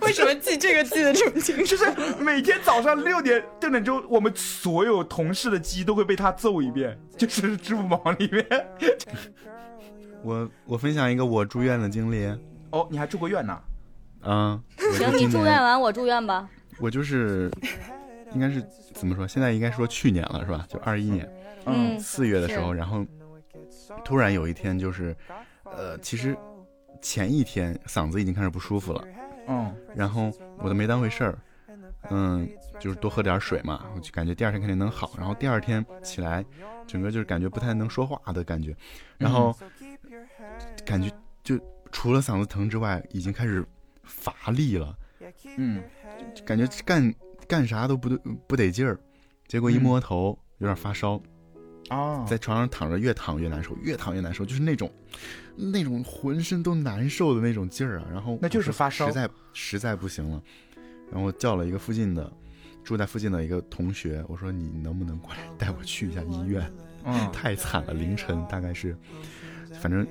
[SPEAKER 4] 为什么记这个记得这么清楚？
[SPEAKER 2] 就是每天早上六点六点钟，我们所有同事的鸡都会被他揍一遍，就是支付宝里面。
[SPEAKER 1] 我我分享一个我住院的经历，
[SPEAKER 2] 哦，你还住过院呢？
[SPEAKER 1] 嗯，我
[SPEAKER 3] 行，
[SPEAKER 1] 就
[SPEAKER 3] 你
[SPEAKER 1] 今
[SPEAKER 3] 住
[SPEAKER 1] 年
[SPEAKER 3] 院完我住院吧。
[SPEAKER 1] 我就是应该是怎么说？现在应该说去年了是吧？就二一年
[SPEAKER 3] 嗯，
[SPEAKER 1] 四月的时候，然后突然有一天就是，呃，其实前一天嗓子已经开始不舒服了，
[SPEAKER 2] 嗯
[SPEAKER 1] 然后我都没当回事儿，嗯，就是多喝点水嘛，我就感觉第二天肯定能好。然后第二天起来，整个就是感觉不太能说话的感觉，然后
[SPEAKER 8] 嗯
[SPEAKER 1] 感觉就除了嗓子疼之外，已经开始乏力了。
[SPEAKER 2] 嗯，
[SPEAKER 1] 感觉干干啥都不对不得劲儿，结果一摸头、有点发烧，
[SPEAKER 2] 哦，
[SPEAKER 1] 在床上躺着越躺越难受，越躺越难受，就是那种那种浑身都难受的那种劲儿啊。然后
[SPEAKER 2] 那就是
[SPEAKER 1] 我说
[SPEAKER 2] 发烧
[SPEAKER 1] 实在实在不行了，然后叫了一个附近的住在附近的一个同学，我说你能不能过来带我去一下医 院？
[SPEAKER 2] 嗯
[SPEAKER 1] 太惨了，凌晨大概是，反正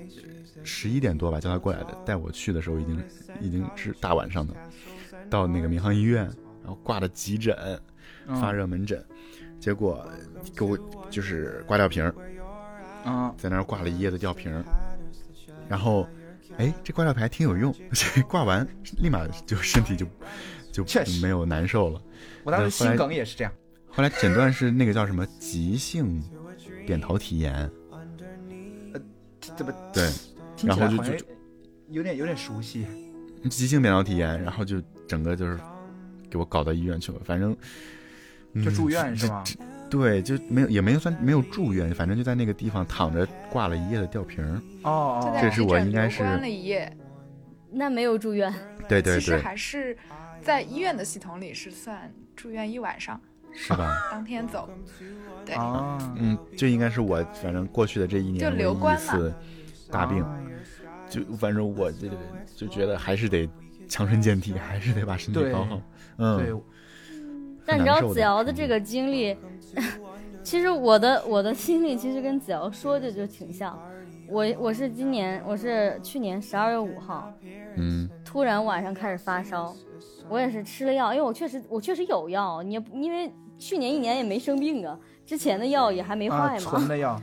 [SPEAKER 1] 十一点多吧，叫他过来的。带我去的时候已经已经是大晚上的，到那个民航医院，然后挂的急诊，
[SPEAKER 2] 嗯
[SPEAKER 1] 发热门诊，结果给我就是挂吊瓶儿，
[SPEAKER 2] 啊，
[SPEAKER 1] 在那儿挂了一夜的吊瓶儿，然后。哎，这挂吊瓶还挺有用， 挂完立马就身体就就
[SPEAKER 2] 确实
[SPEAKER 1] 没有难受了。
[SPEAKER 2] 我当时心梗也是这样。
[SPEAKER 1] 后来诊断是那个叫什么急性扁桃体炎，
[SPEAKER 2] 怎么
[SPEAKER 1] 对，
[SPEAKER 2] 听起来
[SPEAKER 1] 然后就
[SPEAKER 2] 好像
[SPEAKER 1] 就
[SPEAKER 2] 有点有点熟悉？
[SPEAKER 1] 急性扁桃体炎，然后就整个就是给我搞到医院去了，反正、嗯
[SPEAKER 2] 就住院是吗？
[SPEAKER 1] 对，就没有也没有算没有住院，反正就在那个地方躺着挂了一夜的吊瓶儿。
[SPEAKER 2] 哦
[SPEAKER 4] 就
[SPEAKER 2] 哦，
[SPEAKER 4] 在
[SPEAKER 1] 这是
[SPEAKER 4] 急
[SPEAKER 1] 我
[SPEAKER 4] 诊
[SPEAKER 1] 应该
[SPEAKER 4] 留
[SPEAKER 1] 是
[SPEAKER 4] 观了一夜，
[SPEAKER 3] 那没有住院，
[SPEAKER 1] 对对
[SPEAKER 4] 其实
[SPEAKER 1] 对，
[SPEAKER 4] 还是在医院的系统里是算住院一晚上，
[SPEAKER 1] 是吧？
[SPEAKER 4] 当天走，对，
[SPEAKER 2] 啊，
[SPEAKER 1] 嗯，这应该是我反正过去的这一年
[SPEAKER 4] 就留
[SPEAKER 1] 唯一一
[SPEAKER 4] 观哦
[SPEAKER 1] 次大病，就反正我就就觉得还是得强身健体，还是得把身体
[SPEAKER 2] 对
[SPEAKER 1] 搞好。
[SPEAKER 2] 对
[SPEAKER 1] 嗯，，
[SPEAKER 3] 但你知
[SPEAKER 1] 难
[SPEAKER 3] 道
[SPEAKER 1] 受的
[SPEAKER 3] 子瑶的这个经历， 其实我的我的经历其实跟子瑶说的就挺像。我我是今年我是去年十二月五号
[SPEAKER 1] 嗯
[SPEAKER 3] 突然晚上开始发烧，我也是吃了药，因为我确实我确实有药，你也不因为去年一年也没生病啊，之前的药也还没
[SPEAKER 2] 啊，
[SPEAKER 3] 坏嘛。
[SPEAKER 2] 存的药，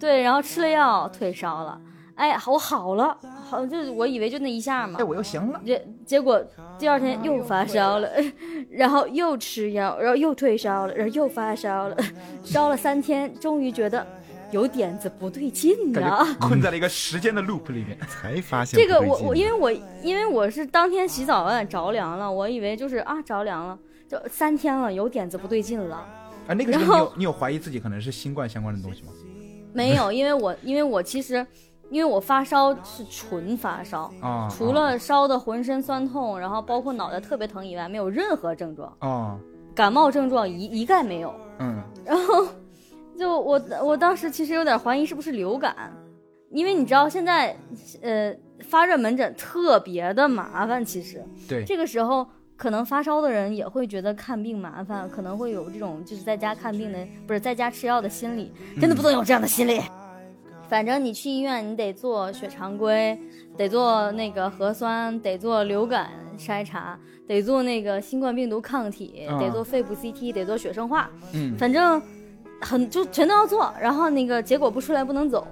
[SPEAKER 3] 对，然后吃了药退烧了，哎，我好了，好就是我以为就那一下嘛
[SPEAKER 2] 哎，，我又行了。
[SPEAKER 3] 结结果第二天又发烧了， 然后又吃药，然后又退烧了，然后又发烧了， 烧了三天，终于觉得有点子不对劲
[SPEAKER 2] 感
[SPEAKER 3] 呢。
[SPEAKER 1] 嗯
[SPEAKER 2] 觉困在了一个时间的 loop 里面，
[SPEAKER 1] 才发现
[SPEAKER 3] 这个
[SPEAKER 1] 不对
[SPEAKER 3] 我
[SPEAKER 1] 劲
[SPEAKER 3] 我因为我因为我是当天洗澡有点着凉了，我以为就是啊着凉了，就三天了，有点子不对劲了。
[SPEAKER 2] 啊，那个时候
[SPEAKER 3] 然
[SPEAKER 2] 你
[SPEAKER 3] 后
[SPEAKER 2] 有你有怀疑自己可能是新冠相关的东西吗？
[SPEAKER 3] 没有，因为我因为我其实因为我发烧是纯发烧，
[SPEAKER 2] 啊，
[SPEAKER 3] 除了烧的浑身酸痛，然后包括脑袋特别疼以外，没有任何症状，
[SPEAKER 2] 啊，
[SPEAKER 3] 感冒症状一一概没有。
[SPEAKER 2] 嗯，
[SPEAKER 3] 然后就我我当时其实有点怀疑是不是流感，因为你知道现在呃发热门诊特别的麻烦，其实
[SPEAKER 2] 对，
[SPEAKER 3] 这个时候可能发烧的人也会觉得看病麻烦，可能会有这种就是在家看病的不是在家吃药的心理，真的不能有这样的心理。反正你去医院，你得做血常规，得做那个核酸，得做流感筛查，得做那个新冠病毒抗体，
[SPEAKER 2] 啊
[SPEAKER 3] 得做肺部 CT，得做血生化，
[SPEAKER 2] 嗯，
[SPEAKER 3] 反正很就全都要做。然后那个结果不出来不能走，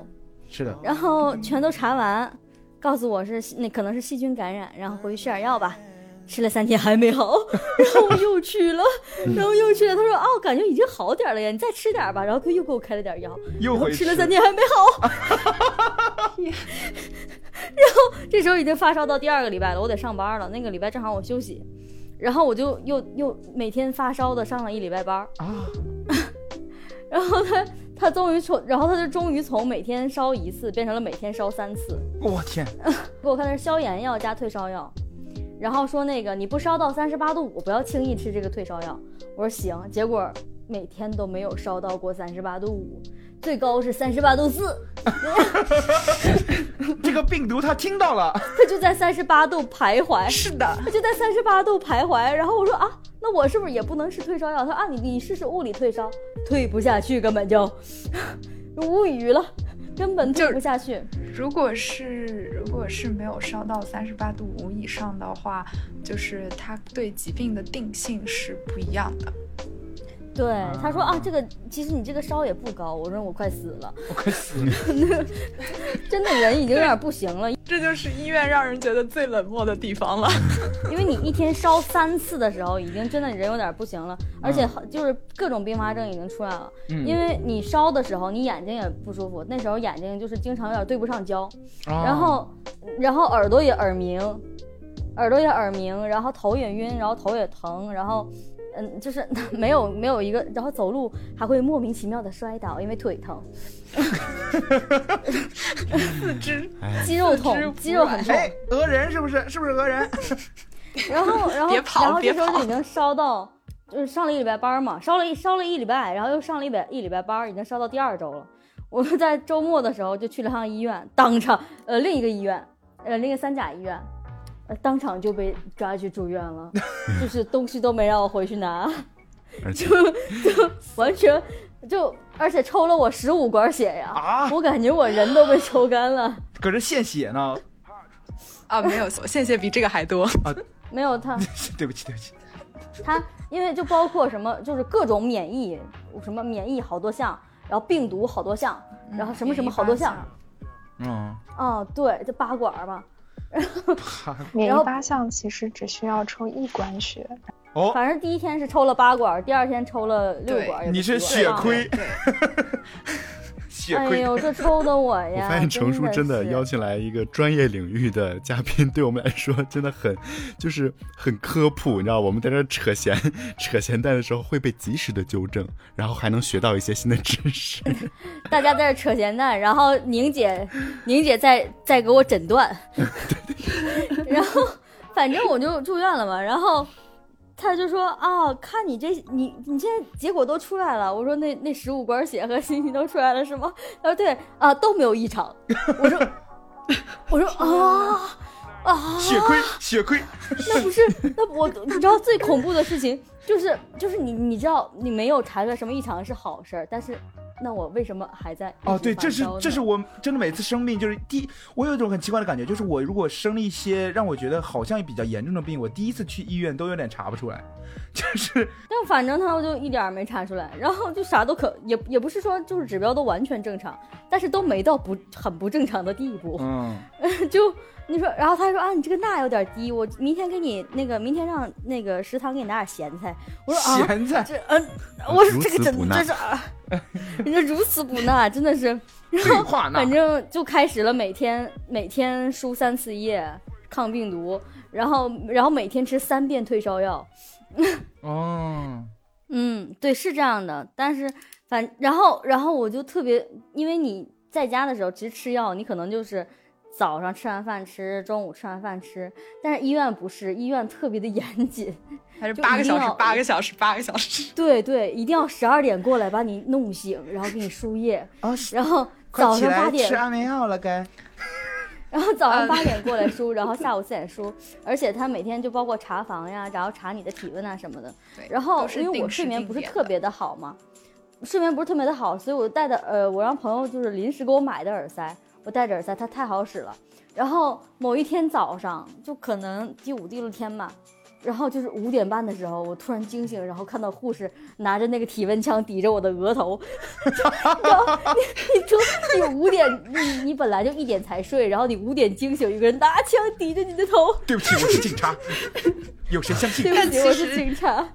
[SPEAKER 2] 是的，
[SPEAKER 3] 然后全都查完，告诉我是细那可能是细菌感染，然后回去吃点药吧。
[SPEAKER 2] 嗯
[SPEAKER 3] 吃了三天还 没好，然后我又去了，然后又去了。他说：“哦，感觉已经好点了呀，你再吃点吧。”然后他又给我开了点药，
[SPEAKER 2] 又
[SPEAKER 3] 然后
[SPEAKER 2] 回
[SPEAKER 3] 吃了三天还没好。 然后这时候已经发烧到第二个礼拜了，我得上班了。那个礼拜正好我休息，然后我就又又每天发烧的上了一礼拜班儿
[SPEAKER 2] 啊，
[SPEAKER 3] 然后他他终于从，然后他就终于从每天烧一次变成了每天烧三次。
[SPEAKER 2] 我天，
[SPEAKER 3] 给我看的是消炎药加退烧药，然后说那个你不烧到三十八度五，不要轻易吃这个退烧药。我说行，结果每天都没有烧到过三十八度五，最高是三十八度四，
[SPEAKER 2] 这个病毒它听到了，
[SPEAKER 3] 它就在三十八度徘徊，
[SPEAKER 7] 是的，
[SPEAKER 3] 它就在三十八度徘徊。然后我说啊，那我是不是也不能吃退烧药？他说啊，你你试试物理退烧，退不下去，根本就 无语了，根本退不下去。
[SPEAKER 7] 如果是如果是没有烧到三十八度五以上的话，就是它对疾病的定性是不一样的。
[SPEAKER 3] 对，他说啊，这个其实你这个烧也不高。我说我快死了，
[SPEAKER 2] 我快死了。
[SPEAKER 3] 真的人已经有点不行了，
[SPEAKER 7] 这就是医院让人觉得最冷漠的地方了。
[SPEAKER 3] 因为你一天烧三次的时候，已经真的人有点不行了，而且好就是各种并发症已经出来了。
[SPEAKER 2] 嗯
[SPEAKER 3] 因为你烧的时候，你眼睛也不舒服，那时候眼睛就是经常有点对不上焦，然
[SPEAKER 2] 然
[SPEAKER 3] 后然后耳朵也耳鸣，耳朵也耳鸣，然后头也晕，然后头也疼，然后。嗯，就是 没有没有一个，然后走路还会莫名其妙的摔倒，因为腿疼，肌肉痛，肌肉很痛。
[SPEAKER 2] 哎，讹人是不是？是不是讹人？
[SPEAKER 3] 然后，然 后，
[SPEAKER 7] 别跑
[SPEAKER 3] 然后
[SPEAKER 7] 别
[SPEAKER 3] 这时候
[SPEAKER 7] 跑
[SPEAKER 3] 就已经烧到，就是上了一礼拜班儿嘛，烧了一烧了一礼拜，然后又上了一百一礼拜班儿，已经烧到第二周了。我们在周末的时候就去了趟医院，当场呃另一个医院，呃另一个三甲医院，呃当场就被抓去住院了，就是东西都没让我回 去拿，
[SPEAKER 1] 而且
[SPEAKER 3] 完全就而且抽了我十五管血呀，
[SPEAKER 2] 啊
[SPEAKER 3] 我感觉我人都被抽干了。
[SPEAKER 2] 搁这献血呢？
[SPEAKER 7] 啊，没有，献血比这个还多。
[SPEAKER 3] 没有他，
[SPEAKER 2] 对不起，对不起。
[SPEAKER 3] 它因为就包括什么，就是各种免疫，什么免疫好多项，然后病毒好多项，
[SPEAKER 4] 嗯
[SPEAKER 3] 然后什么什么好多项，
[SPEAKER 2] 嗯，
[SPEAKER 3] 啊，对，就八管儿嘛，
[SPEAKER 6] 免
[SPEAKER 3] 然后
[SPEAKER 6] 疫八项其实只需要抽一管血，
[SPEAKER 2] 哦，
[SPEAKER 3] 反正第一天是抽了八管儿，第二天抽了六
[SPEAKER 7] 对
[SPEAKER 3] 管儿，也
[SPEAKER 2] 你
[SPEAKER 3] 不
[SPEAKER 2] 是
[SPEAKER 3] 奇
[SPEAKER 2] 血
[SPEAKER 3] 怪啊
[SPEAKER 2] 亏，
[SPEAKER 7] 对，
[SPEAKER 2] 血
[SPEAKER 3] 哎
[SPEAKER 2] 亏。
[SPEAKER 3] 呦，这抽的我
[SPEAKER 1] 我
[SPEAKER 3] 呀！
[SPEAKER 1] 发现程叔真的
[SPEAKER 3] 是
[SPEAKER 1] 邀请来一个专业领域的嘉宾，对我们来说真的很，就是很科普，你知道，我们在这儿扯闲扯闲蛋的时候会被及时的纠正，然后还能学到一些新的知识。
[SPEAKER 3] 大家在这扯闲蛋，然后宁姐，宁姐在在给我 诊断，然后反正我就住院了嘛，然后他就说啊、看你这你你现在结果都出来了，我说那那十五管血和信息都出来了是吗？他说对啊，都没有异常，我 说我说啊啊，
[SPEAKER 2] 血亏，血亏，
[SPEAKER 3] 那不是，那我你知道最恐怖的事情就是就是你你知道你没有查出来什么异常是好事儿，但是那我为什么还在
[SPEAKER 2] 哦，
[SPEAKER 3] 一直
[SPEAKER 2] 对，这
[SPEAKER 3] 发
[SPEAKER 2] 是
[SPEAKER 3] 烧
[SPEAKER 2] 这
[SPEAKER 3] 呢
[SPEAKER 2] 是我真的每次生病就是第，我有一种很奇怪的感觉，就是我如果生了一些让我觉得好像比较严重的病，我第一次去医院都有点查不出来，就是
[SPEAKER 3] 但反正他就一点儿没查出来，然后就啥都可也也不是说就是指标都完全正常，但是都没到不很不正常的地步，
[SPEAKER 2] 嗯，
[SPEAKER 3] 就你说，然后他说啊，你这个钠有点低，我明天给你那个明天让那个食堂给你拿点咸菜。我说啊，
[SPEAKER 2] 咸 菜
[SPEAKER 3] 这嗯、我说
[SPEAKER 1] 如
[SPEAKER 3] 这个
[SPEAKER 1] 此
[SPEAKER 3] 真
[SPEAKER 1] 补钠
[SPEAKER 3] 真是啊， 人家如此补钠，真的是。
[SPEAKER 2] 对话呢
[SPEAKER 3] 反，正就开始了，每天每天输三次液抗病毒，然后然后每天吃三遍退烧药。
[SPEAKER 2] 哦，
[SPEAKER 3] 嗯，对，是这样的。但是反然后然后我就特别，因为你在家的时候，其实吃药你可能就是早上吃完饭吃，中午吃完饭吃，但是医院不是，医院特别的严谨。
[SPEAKER 7] 还是
[SPEAKER 3] 就
[SPEAKER 7] 八
[SPEAKER 3] 一
[SPEAKER 7] 个
[SPEAKER 3] 定
[SPEAKER 7] 小时
[SPEAKER 3] 要，
[SPEAKER 7] 八个小时，八个小时。
[SPEAKER 3] 对对，一定要十二点过来把你弄醒，然后给你输液，
[SPEAKER 2] 哦，
[SPEAKER 3] 然后
[SPEAKER 2] 快
[SPEAKER 3] 早
[SPEAKER 2] 起
[SPEAKER 3] 上
[SPEAKER 2] 来
[SPEAKER 3] 八点
[SPEAKER 2] 吃安啊眠药了该，
[SPEAKER 3] 然后早上八点过来输，然后下午四点输，而且他每天就包括查房呀，然后查你的体温啊什么的。
[SPEAKER 7] 对
[SPEAKER 3] 然后
[SPEAKER 7] 都是
[SPEAKER 3] 因为我
[SPEAKER 7] 定
[SPEAKER 3] 睡
[SPEAKER 7] 时
[SPEAKER 3] 眠
[SPEAKER 7] 定
[SPEAKER 3] 不是
[SPEAKER 7] 点
[SPEAKER 3] 特
[SPEAKER 7] 的
[SPEAKER 3] 别的好嘛，睡眠不是特别的好，所以我戴的呃，我让朋友就是临时给我买的耳塞，我戴着耳塞，它太好使了。然后某一天早上，就可能第五、第六天吧，然后就是五点半的时候，我突然惊醒，然后看到护士拿着那个体温枪抵着我的 额头，然后你你从你五点你你本来就一点才睡，然后你五点惊醒，有个人拿枪抵着你的头，
[SPEAKER 2] 对不起，我是警 察，有谁相 信？
[SPEAKER 3] 对不
[SPEAKER 7] 但
[SPEAKER 3] 起，
[SPEAKER 7] 其
[SPEAKER 3] 我是
[SPEAKER 7] 实
[SPEAKER 3] 警察。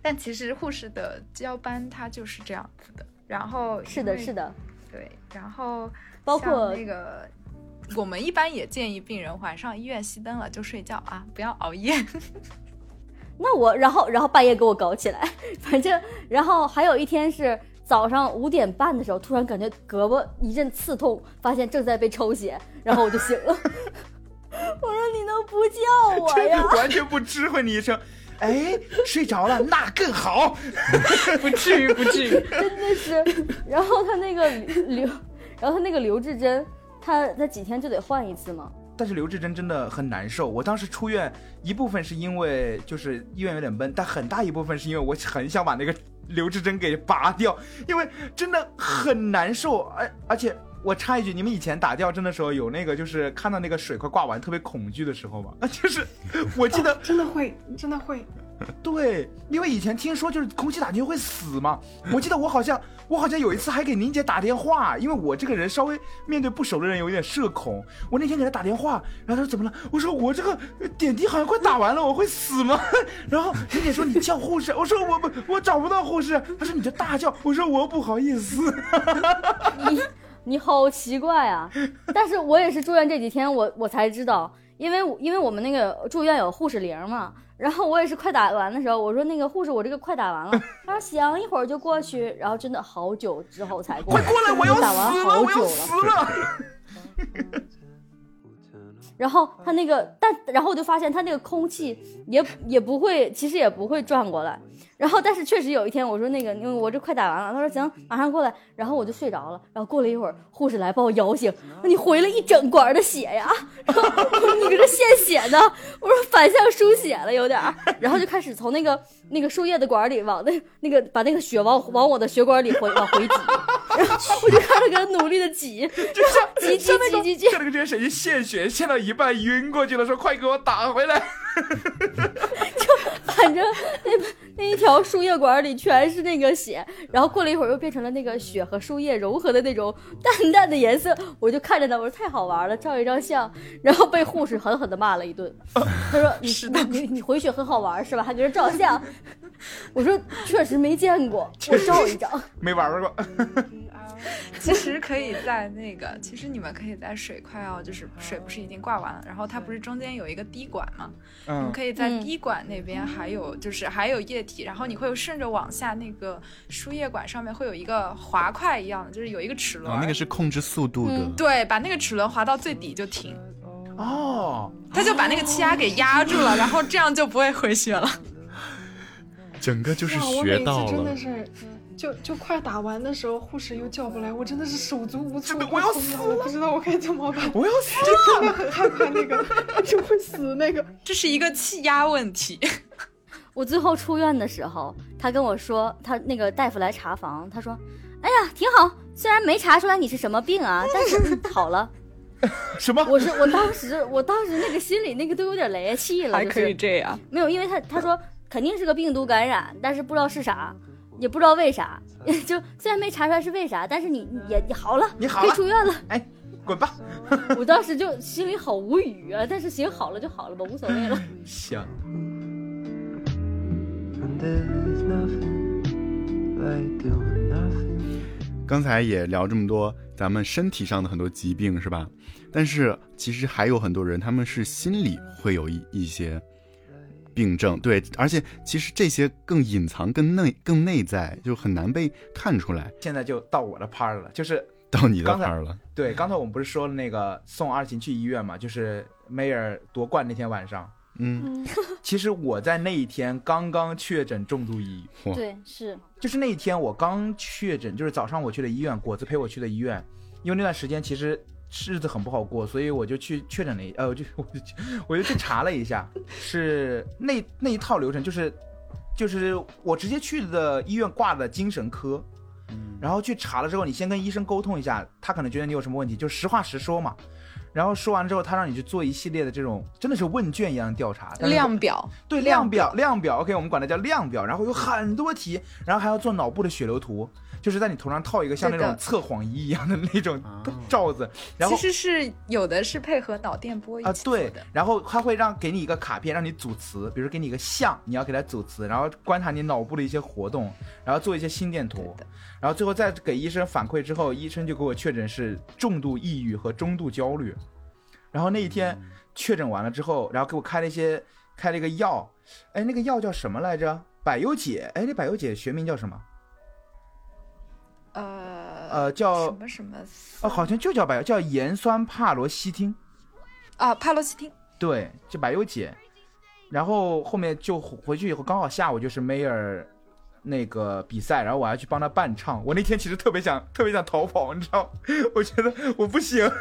[SPEAKER 7] 但其实护士的交班它就是这样子的。然后
[SPEAKER 3] 是
[SPEAKER 7] 因
[SPEAKER 3] 的，
[SPEAKER 7] 为
[SPEAKER 3] 是的，
[SPEAKER 7] 对，然后
[SPEAKER 3] 包
[SPEAKER 7] 像
[SPEAKER 3] 括
[SPEAKER 7] 那个，我们一般也建议病人晚上医院熄灯了就睡觉啊，不要熬夜。
[SPEAKER 3] 那我然后然后半夜给我搞起来， 反正然后还有一天是早上五点半的时候，突然感觉胳膊一阵刺痛，发现正在被抽血，然后我就醒了。 我说你能不叫我
[SPEAKER 2] 真的
[SPEAKER 3] 呀？
[SPEAKER 2] 完全不知会你一声。哎，睡着了，那更好，不至于，不至于。
[SPEAKER 3] 真的是。然后他那个刘，然后他那个刘志珍，他他几天就得换一次嘛。
[SPEAKER 2] 但是刘志珍真的很难受。我当时出院，一部分是因为就是医院有点闷，但很大一部分是因为我很想把那个刘志珍给拔掉，因为真的很难受。而而且我插一句，你们以前打吊针的时候有那个就是看到那个水快挂完特别恐惧的时候吗？ 就是我记得
[SPEAKER 5] 真的会，真的会，
[SPEAKER 2] 对，因为以前听说就是空气打进去会死嘛，我记得我好像我好像有一次还给宁姐打电话，因为我这个人稍微面对不熟的人有一点社恐，我那天给她打电话，然后她说怎么了？我说我这个呃点滴好像快打完了，我会死吗？ 然后宁姐说你叫护士，我说我不我找不到护士，她说你就大叫，我说我不好意思，
[SPEAKER 3] 你你好奇怪啊！但是我也是住院这几天，我我才知道，因为我因为我们那个住院有护士铃嘛，然后我也是快打完的时候，我说那个护士，我这个快打完了，她说行，一会儿就过去，然后真的好久之后才过
[SPEAKER 2] 快
[SPEAKER 3] 来，
[SPEAKER 2] 过来，我要死
[SPEAKER 3] 打完
[SPEAKER 2] 了，
[SPEAKER 3] 好
[SPEAKER 2] 我
[SPEAKER 3] 久
[SPEAKER 2] 要
[SPEAKER 3] 了。
[SPEAKER 2] 死了。
[SPEAKER 3] 然后他那个，但然后我就发现他那个空气也也不会，其实也不会转过来。然后但是确实有一天我说那个，因为我这快打完了，他说行，马上过来。然后我就睡着了。然后过了一会儿，护士来把我摇醒，你回了一整管的血呀！ 然后我说你搁这献血呢？我说反向输血了有点儿。然后就开始从那个那个输液的管里往那那个把那个血往往我的血管里回往回挤。 然后我就看着给他努力的挤，
[SPEAKER 2] 就像
[SPEAKER 3] 挤挤
[SPEAKER 2] 像那
[SPEAKER 3] 挤
[SPEAKER 2] 个
[SPEAKER 3] 挤挤
[SPEAKER 2] 像那个之前谁去献血，献到一半晕过去了，说快给我打回来。
[SPEAKER 3] 反正那那一条输液管里全是那个血，然后过了一会儿又变成了那个血和输液融合的那种淡淡的颜色，我就看着他，我说太好玩了，照一张相，然后被护士狠狠的骂了一顿。他说你你你你回血很好玩是吧？还搁这照相？我说确实没见过，我照一张。
[SPEAKER 2] 没玩过，
[SPEAKER 7] 其实可以在那个，其实你们可以在水快要就是水不是已经挂完了，然后它不是中间有一个滴管吗？你们
[SPEAKER 2] 嗯，
[SPEAKER 7] 可以在
[SPEAKER 3] 嗯
[SPEAKER 7] 滴管那边还有就是还有液体，然后你会顺着往下那个输液管上面会有一个滑块一样的，就是有一个齿轮，
[SPEAKER 1] 啊，那个是控制速度的
[SPEAKER 3] 嗯，
[SPEAKER 7] 对，把那个齿轮滑到最底就停，
[SPEAKER 2] 哦，
[SPEAKER 7] 它就把那个气压给压住了，然后这样就不会回血了。
[SPEAKER 1] 整个就是
[SPEAKER 5] 哇，我
[SPEAKER 1] 学
[SPEAKER 5] 每
[SPEAKER 1] 到
[SPEAKER 5] 次真
[SPEAKER 1] 了
[SPEAKER 5] 的。是，就就快打完的时候，护士又叫过来，我真的是手足无措，
[SPEAKER 2] 真的
[SPEAKER 5] 快
[SPEAKER 2] 我要
[SPEAKER 5] 疯
[SPEAKER 2] 死
[SPEAKER 5] 了我不知道我该怎么办，
[SPEAKER 2] 我要死
[SPEAKER 5] 就真的很害怕那个就会死那个。
[SPEAKER 7] 这是一个气压问题。
[SPEAKER 3] 我最后出院的时候，他跟我说，他那个大夫来查房，他说：“哎呀，挺好，虽然没查出来你是什么病啊，但是嗯好了。”
[SPEAKER 2] 什么？
[SPEAKER 3] 我是我当时我当时那个心里那个都有点来气 了，就是
[SPEAKER 7] 这样，
[SPEAKER 3] 没有，因为他他说肯定是个病毒感染，但是不知道是啥，也不知道为啥， 就虽然没查出来是为啥，但是你你也你好了，
[SPEAKER 2] 你好
[SPEAKER 3] 可以
[SPEAKER 2] 了，
[SPEAKER 3] 出院了。
[SPEAKER 2] 滚吧！
[SPEAKER 3] 我当时就心里好无语啊，但是行好了就好了吧，无所谓了。
[SPEAKER 2] 行，
[SPEAKER 8] And there's nothing like doing nothing.
[SPEAKER 1] 刚才也聊这么多咱们身体上的很多疾病是吧？但是其实还有很多人他们是心里会有一一些病症，对，而且其实这些更隐藏、更内、更内在，就很难被看出来。
[SPEAKER 2] 现在就到我的 part 了，就是
[SPEAKER 1] 到你的
[SPEAKER 2] 刚才
[SPEAKER 1] 那儿了，
[SPEAKER 2] 对，刚才我们不是说了那个送阿琴去医院嘛，就是梅尔夺冠那天晚上，
[SPEAKER 1] 嗯，
[SPEAKER 2] 其实我在那一天刚刚确诊重度抑郁，
[SPEAKER 1] 哇
[SPEAKER 3] 对，是
[SPEAKER 2] 就是那一天我刚确诊，就是早上我去了医院，果子陪我去的医院，因为那段时间其实。日子很不好过，所以我就去确诊了一，呃，我就 我就去我就去查了一下，是那那一套流程，就是就是我直接去的医院挂的精神科，然后去查了之后，你先跟医生沟通一下，他可能觉得你有什么问题，就实话实说嘛。然后说完之后，他让你去做一系列的这种真的是问卷一样的调查，但是
[SPEAKER 7] 量表，
[SPEAKER 2] 对量表，量表，OK，我们管它叫量表。然后有很多题，然后还要做脑部的血流图，就是在你头上套一个像那
[SPEAKER 7] 对
[SPEAKER 2] 种
[SPEAKER 7] 的
[SPEAKER 2] 测谎仪一样的那种
[SPEAKER 1] 啊
[SPEAKER 2] 罩子，然后
[SPEAKER 7] 其实是有的是配合脑电波一
[SPEAKER 2] 啊
[SPEAKER 7] 起做
[SPEAKER 2] 对
[SPEAKER 7] 的。，
[SPEAKER 2] 然后他会让给你一个卡片，让你组词，比如给你一个像，你要给它组词，然后观察你脑部的一些活动，然后做一些心电图，然后最后再给医生反馈之后，医生就给我确诊是重度抑郁和中度焦虑。然后那一天确诊完了之后，然后给我开了一些开了一个药，哎，那个药叫什么来着？百忧解，哎，那百忧解学名叫什么？
[SPEAKER 7] 呃
[SPEAKER 2] 呃，叫
[SPEAKER 1] 哦
[SPEAKER 7] 什么什么
[SPEAKER 2] 呃，好像就叫百忧，叫盐酸帕罗西汀。
[SPEAKER 7] 啊，帕洛西汀
[SPEAKER 2] 对，就百忧解。然后后面就回回去以后，刚好下午就是 Mayer 那个比赛，然后我还去帮他伴唱。我那天其实特别想，特别想逃跑，你知道吗，我觉得我不行。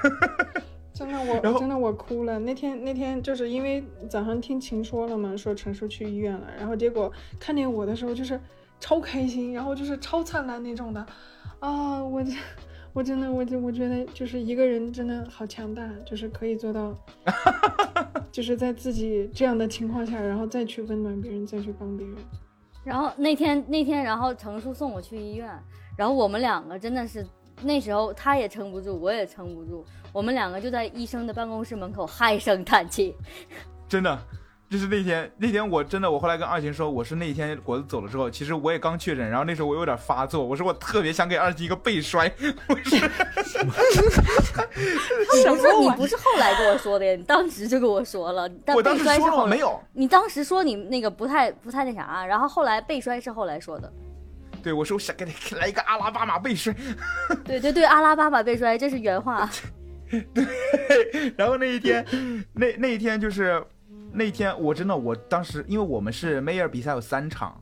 [SPEAKER 5] 真的
[SPEAKER 2] 然后
[SPEAKER 5] 我真的我哭了。那天那天就是因为早上听晴说了嘛，说陈叔去医院了，然后结果看见我的时候就是超开心，然后就是超灿烂那种的，啊，我这我真的我就我觉得就是一个人真的好强大，就是可以 做到，就是在自己这样的情况下，然后再去温暖别人，再去帮别人。
[SPEAKER 3] 然后那天那天，然后程叔送我去医院，然后我们两个真的是那时候他也撑不住，我也撑不住，我们两个就在医生的办公室门口唉声叹气。
[SPEAKER 2] 真的，就是那天那天我真的，我后来跟二琴说，我是那一天果子走了之后，其实我也刚确诊，然后那时候我有点发作，我说我特别想给二琴一个背摔，
[SPEAKER 3] 不是你不是后来跟我说的呀，你当时就跟我说了，但
[SPEAKER 2] 我
[SPEAKER 3] 被
[SPEAKER 2] 当时
[SPEAKER 3] 摔是
[SPEAKER 2] 说了
[SPEAKER 3] 后
[SPEAKER 2] 我
[SPEAKER 3] 来
[SPEAKER 2] 没有，
[SPEAKER 3] 你当时说你那个不太不太那啥，啊然后后来被摔是后来说的。
[SPEAKER 2] 对我说我想给他来一个阿拉巴马背摔，
[SPEAKER 3] 对对对，阿拉巴马被摔，这是原话。
[SPEAKER 2] 然后那一天，那那一天就是那一天，我真的我当时，因为我们是 Mayer 比赛有三场，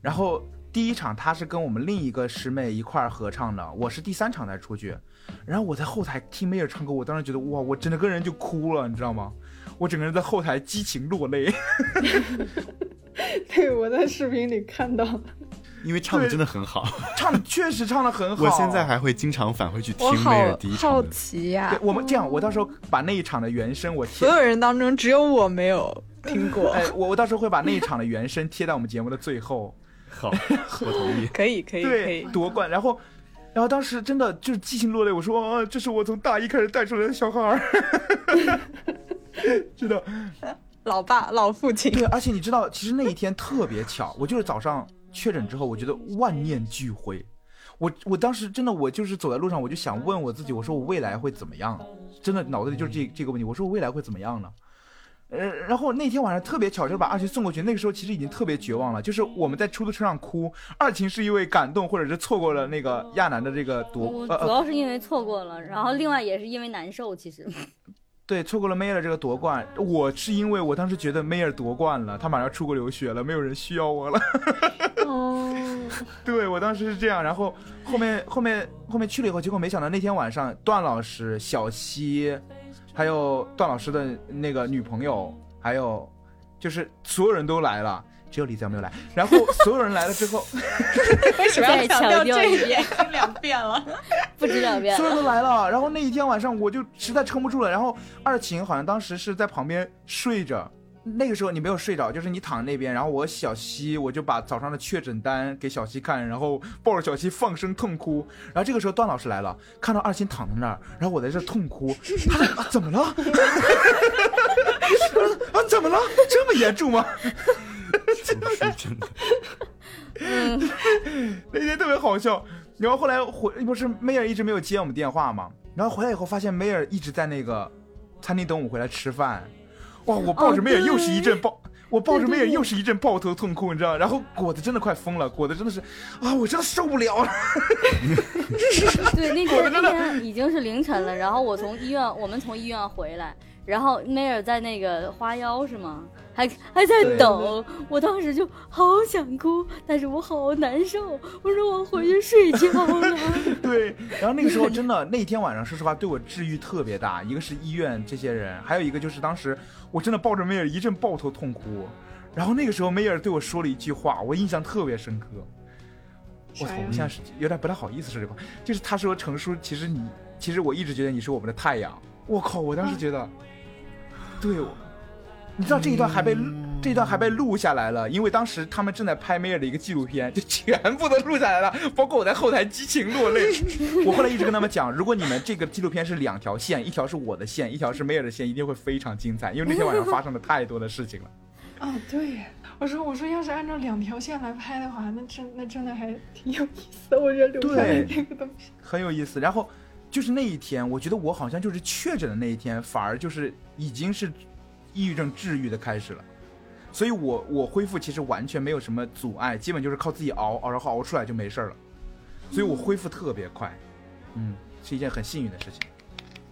[SPEAKER 2] 然后第一场他是跟我们另一个师妹一块儿合唱的，我是第三场才出去，然后我在后台听 Mayer 唱歌，我当时觉得哇，我整个人就哭了，你知道吗？我整个人在后台激情落泪，
[SPEAKER 5] 对，我在视频里看到，
[SPEAKER 1] 因为唱的
[SPEAKER 2] 对
[SPEAKER 1] 真的很好，
[SPEAKER 2] 唱的确实唱的很 好。
[SPEAKER 1] 我现在还会经常返回去听
[SPEAKER 7] 我
[SPEAKER 1] 梅
[SPEAKER 7] 好
[SPEAKER 1] 尔第一
[SPEAKER 7] 好
[SPEAKER 1] 场的。
[SPEAKER 7] 奇呀、
[SPEAKER 2] 对我们这样，我到时候把那一场的原声我贴
[SPEAKER 1] 嗯
[SPEAKER 7] 所，有人当中只有我没有听 过，
[SPEAKER 2] 哎，我我到时候会把那一场的原声贴在我们节目的最后。
[SPEAKER 1] 好，我同意。
[SPEAKER 7] 可以可以可
[SPEAKER 2] 对
[SPEAKER 7] 以，，
[SPEAKER 2] 夺冠，然后。然后当时真的就是激情落泪，我说啊，这是我从大一开始带出来的小孩儿，知道？
[SPEAKER 7] 老爸老父亲，
[SPEAKER 2] 对，而且你知道，其实那一天特别巧，我就是早上确诊之后，我觉得万念俱灰，我我当时真的我就是走在路上，我就想问我自己，我说我未来会怎么样？真的脑子里就是这这个问题，我说我未来会怎么样呢？呃，然后那天晚上特别巧，就是把二琴送过去。那个时候其实已经特别绝望了，就是我们在出租车上哭，二琴是因为感动，或者是错过了那个亚楠的这个夺
[SPEAKER 3] 我
[SPEAKER 2] 呃
[SPEAKER 3] 主
[SPEAKER 2] 呃，
[SPEAKER 3] 要是因为错过了，然后另外也是因为难受。其实
[SPEAKER 2] 对，错过了 Mayer 这个夺冠。我是因为我当时觉得 Mayer 夺冠了，他马上要出国留学了，没有人需要我了。
[SPEAKER 5] 哦，
[SPEAKER 2] 对我当时是这样，然后后面后面后面去了以后，结果没想到那天晚上段老师、小溪，还有段老师的那个女朋友，还有就是所有人都来了，只有李子阳没有来。然后所有人来了之后，
[SPEAKER 7] 为什么
[SPEAKER 3] 再
[SPEAKER 7] 要
[SPEAKER 3] 强
[SPEAKER 7] 强调
[SPEAKER 3] 调
[SPEAKER 7] 这
[SPEAKER 3] 一
[SPEAKER 7] 一点？已经两遍了。
[SPEAKER 3] 不止两遍
[SPEAKER 2] 所有人都来了。然后那一天晚上我就实在撑不住了，然后二琴好像当时是在旁边睡着。那个时候你没有睡着，就是你躺那边，然后我小西我就把早上的确诊单给小西看，然后抱着小西放声痛哭。然后这个时候段老师来了，看到二琴躺在那儿，然后我在这痛哭，他说、啊、怎么了？ 我说啊怎么了？这么严重吗？
[SPEAKER 1] 是真的，
[SPEAKER 2] 那天特别好笑。然后后来回不是 Mayer 一直没有接我们电话嘛，然后回来以后发现 Mayer 一直在那个餐厅等我们回来吃饭。哇，我抱着
[SPEAKER 3] 哦
[SPEAKER 2] Mayer
[SPEAKER 3] 对
[SPEAKER 2] 又是一阵抱，我抱着
[SPEAKER 3] 对
[SPEAKER 2] Mayer
[SPEAKER 3] 对对
[SPEAKER 2] 又是一阵抱头痛哭，你知道？然后果子真的快疯了，果子真的是啊，我真的受不了了。
[SPEAKER 3] 对，那天那天已经是凌晨了，然后我从医院，我们从医院回来，然后梅尔在那个花妖是吗？还还在
[SPEAKER 2] 对
[SPEAKER 3] 等，我当时就好想哭，但是我好难受，我说我回去睡觉了。
[SPEAKER 2] 对，然后那个时候真的那天晚上，说实话对我治愈特别大，一个是医院这些人，还有一个就是当时我真的抱着 Mayer 一阵抱头痛哭。然后那个时候 Mayer 对我说了一句话，我印象特别深刻。我
[SPEAKER 5] 啥
[SPEAKER 2] 操，
[SPEAKER 5] 呀
[SPEAKER 2] 我现在是有点不太好意思说这话，就是他说程叔，其实你，其实我一直觉得你是我们的太阳。我靠，我当时觉得，对，我，你知道这一段还被、这一段还被录下来了，因为当时他们正在拍梅尔的一个纪录片， 就全部都录下来了，包括我在后台激情落泪。 我后来一直跟他们讲，如果你们这个纪录片是两条线，一条是我的线，一条是梅尔的线，一定会非常精彩，因为那天晚上发生了太多的事情了。
[SPEAKER 5] 啊，对呀，我说我说要是按照两条线来拍的话，那真那真的还挺有意思的。我觉得留下来
[SPEAKER 2] 对
[SPEAKER 5] 这个东西，
[SPEAKER 2] 很有意思。然后就是那一天，我觉得我好像就是确诊的那一天，反而就是已经是抑郁症治愈的开始了。所以我我恢复其实完全没有什么阻碍，基本就是靠自己熬熬，然后熬出来就没事儿了。所以我恢复特别快，嗯，是一件很幸运的事情。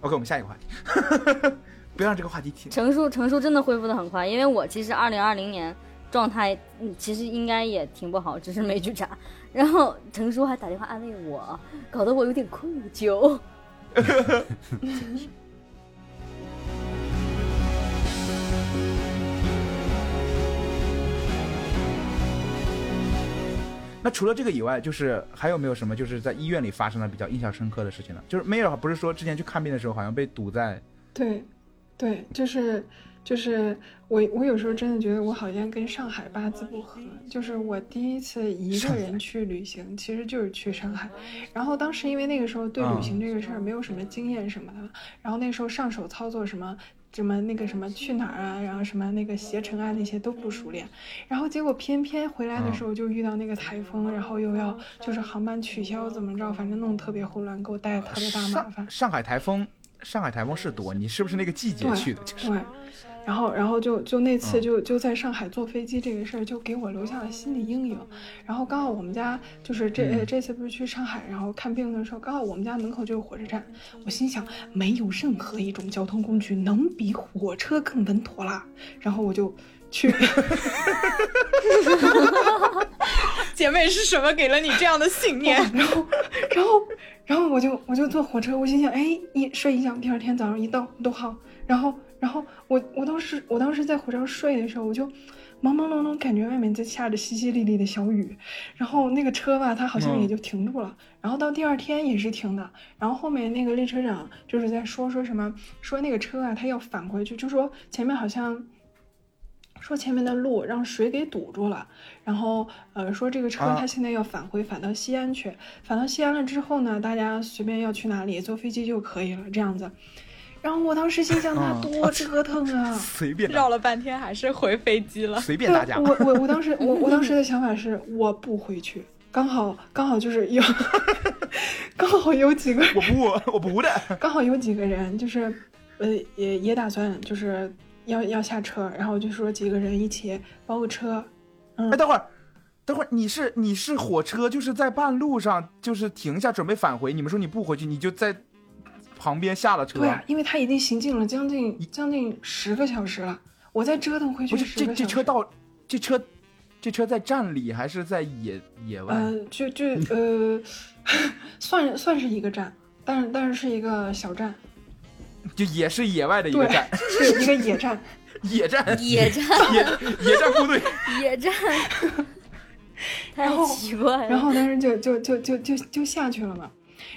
[SPEAKER 2] OK，我们下一个话题， 不要让这个话题停。
[SPEAKER 3] 成叔，成叔真的恢复的很快，因为我其实二零二零年状态，嗯其实应该也挺不好，只是没去查。然后成叔还打电话安慰我，搞得我有点愧疚。
[SPEAKER 2] 那除了这个以外，就是还有没有什么就是在医院里发生的比较印象深刻的事情呢？就是 Mayer 不是说之前去看病的时候好像被堵在，
[SPEAKER 5] 对，对，就是就是我我有时候真的觉得我好像跟上海八字不合。就是我第一次一个人去旅行，其实就是去上海。然后当时因为那个时候对
[SPEAKER 2] 啊
[SPEAKER 5] 旅行这个事儿没有什么经验什么的，然后那时候上手操作什么。什么那个什么去哪儿啊，然后什么那个携程啊，那些都不熟练。然后结果偏偏回来的时候就遇到那个台风，然后又要就是航班取消怎么着，反正弄得特别混乱，给我带的特别大麻烦
[SPEAKER 2] 上。上海台风，上海台风是多，你是不是那个季节
[SPEAKER 5] 对嗯
[SPEAKER 2] 去的？就是
[SPEAKER 5] 对，然后然后就就那次就就在上海坐飞机这个事儿，就给我留下了心理阴影。然后刚好我们家就是这、呃这次不是去上海，然后看病的时候，刚好我们家门口就是火车站，我心想没有任何一种交通工具能比火车更稳妥啦。然后我就去
[SPEAKER 7] 姐妹是什么给了你这样的信 念？
[SPEAKER 5] 然后，然后，然后我就我就坐火车，我心想，哎，一睡一觉，第二天早上一到都好。然后，然后我我当时我当时在火车上睡的时候，我就朦朦胧胧感觉外面在下着淅淅沥沥的小雨，然后那个车吧，它好像也就停住了。然后到第二天也是停的。然后后面那个列车长就是在说说什么，说那个车啊，它要返回去，就说前面好像。说前面的路让水给堵住了，然后呃说这个车
[SPEAKER 2] 啊
[SPEAKER 5] 它现在要返回返到西安去，返到西安了之后呢，大家随便要去哪里坐飞机就可以了，这样子。然后我当时心想，那
[SPEAKER 2] 啊
[SPEAKER 5] 多折腾啊！
[SPEAKER 2] 随便
[SPEAKER 7] 绕
[SPEAKER 2] 的，
[SPEAKER 7] 了半天还是回飞机了。
[SPEAKER 2] 随便
[SPEAKER 5] 对，
[SPEAKER 2] 大家。
[SPEAKER 5] 我我我当时我我当时的想法是，我不回去，刚好刚好就是有， 刚好有几个
[SPEAKER 2] 我不，我不的。
[SPEAKER 5] 刚好有几个人就是，呃，也也打算就是要要下车，然后就说几个人一起包个车，
[SPEAKER 2] 哎，等会儿，等会儿，你是你是火车，就是在半路上就是停下准备返回，你们说你不回去，你就在旁边下了车。
[SPEAKER 5] 对啊，因为他已经行进了将近将近十个小时了，我再折腾回去
[SPEAKER 2] 不是
[SPEAKER 5] 十
[SPEAKER 2] 这
[SPEAKER 5] 个
[SPEAKER 2] 这
[SPEAKER 5] 小
[SPEAKER 2] 车
[SPEAKER 5] 时。
[SPEAKER 2] 到，这车这车在站里还是在野野外？
[SPEAKER 5] 呃，就就呃， 算算是一个站，但是但是是一个小站，
[SPEAKER 2] 就也是野外的一个
[SPEAKER 5] 对
[SPEAKER 2] 站，，
[SPEAKER 5] 是一个野站。
[SPEAKER 2] 野战
[SPEAKER 3] 野战，
[SPEAKER 2] 野野战部队。
[SPEAKER 3] 野战，太
[SPEAKER 5] 然后
[SPEAKER 3] 奇怪了。
[SPEAKER 5] 然后当时就就就就就就下去了嘛。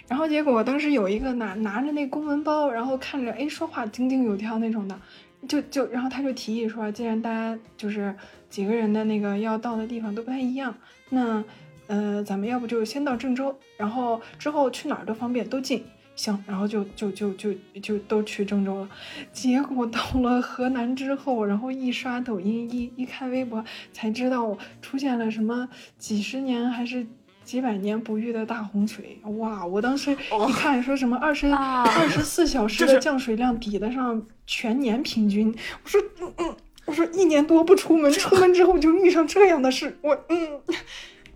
[SPEAKER 5] 然后结果当时有一个拿拿着那公文包，然后看着哎说话井井有条那种的，就就然后他就提议说，既然大家就是几个人的那个要到的地方都不太一样，那呃咱们要不就先到郑州，然后之后去哪儿都方便都近。行，然后就就就就就都去郑州了，结果到了河南之后，然后一刷抖音，一一看微博，才知道出现了什么几十年还是几百年不遇的大洪水。哇！我当时一看说什么二十
[SPEAKER 3] 啊
[SPEAKER 5] 二十四小时
[SPEAKER 2] 哦就是
[SPEAKER 5] 的降水量抵得上全年平均，我说嗯嗯。我说一年多不出门，出门之后就遇上这样的事，我嗯，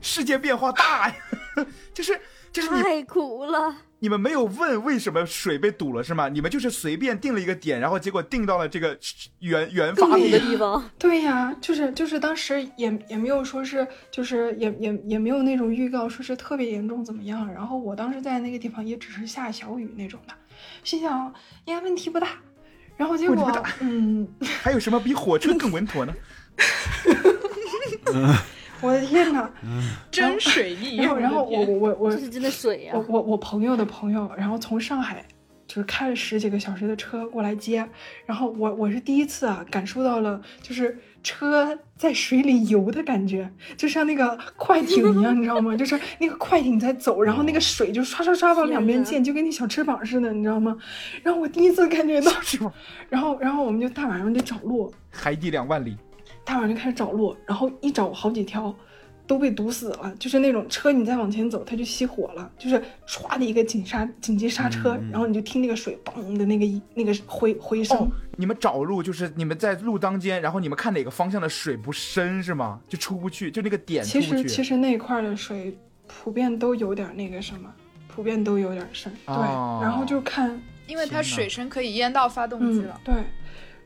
[SPEAKER 2] 世界变化大呀， 就是就是你
[SPEAKER 3] 太苦了，
[SPEAKER 2] 你们没有问为什么水被堵了是吗？你们就是随便定了一个点，然后结果定到了这个原原发
[SPEAKER 3] 堵的
[SPEAKER 1] 啊
[SPEAKER 2] 地。
[SPEAKER 3] 地方，
[SPEAKER 5] 对呀，就是就是当时也也没有说是，就是也也也没有那种预告说是特别严重怎么样。然后我当时在那个地方也只是下小雨那种的，心想应该问题不大。然后结
[SPEAKER 2] 问题
[SPEAKER 5] 果
[SPEAKER 2] 不大，
[SPEAKER 5] 嗯，
[SPEAKER 2] 还有什么比火车更稳妥呢？
[SPEAKER 5] 我的天哪！
[SPEAKER 4] 真水逆，
[SPEAKER 5] 然后然后我
[SPEAKER 4] 的天
[SPEAKER 5] 我我
[SPEAKER 3] 这
[SPEAKER 5] 我
[SPEAKER 3] 是真的水呀、
[SPEAKER 5] 我我我朋友的朋友，然后从上海就是开了十几个小时的车过来接，然后我我是第一次啊，感受到了就是车在水里游的感觉，就像那个快艇一样，你知道吗？就是那个快艇在走，然后那个水就刷刷刷往两边溅，就跟那小翅膀似的，你知道吗？然后我第一次感 觉到，然后然后我们就大晚上就找路，
[SPEAKER 2] 海底两万里，
[SPEAKER 5] 大晚上就开始找路，然后一找好几条都被堵死了，就是那种车你再往前走，它就熄火了，就是唰的一个紧刹紧急刹车，然后你就听那个水嘣的那个一那个回回声，
[SPEAKER 2] 哦，你们找路就是你们在路当间，然后你们看哪个方向的水不深是吗？就出不去，就那个点出
[SPEAKER 5] 其
[SPEAKER 2] 不
[SPEAKER 5] 实
[SPEAKER 2] 去。
[SPEAKER 5] 其实那块儿的水普遍都有点那个什么，普遍都有点事儿，对，
[SPEAKER 2] 哦
[SPEAKER 5] 然后就看
[SPEAKER 4] 因为
[SPEAKER 2] 天哪
[SPEAKER 4] 它水深可以淹到发动机
[SPEAKER 5] 嗯
[SPEAKER 4] 了，，
[SPEAKER 5] 对。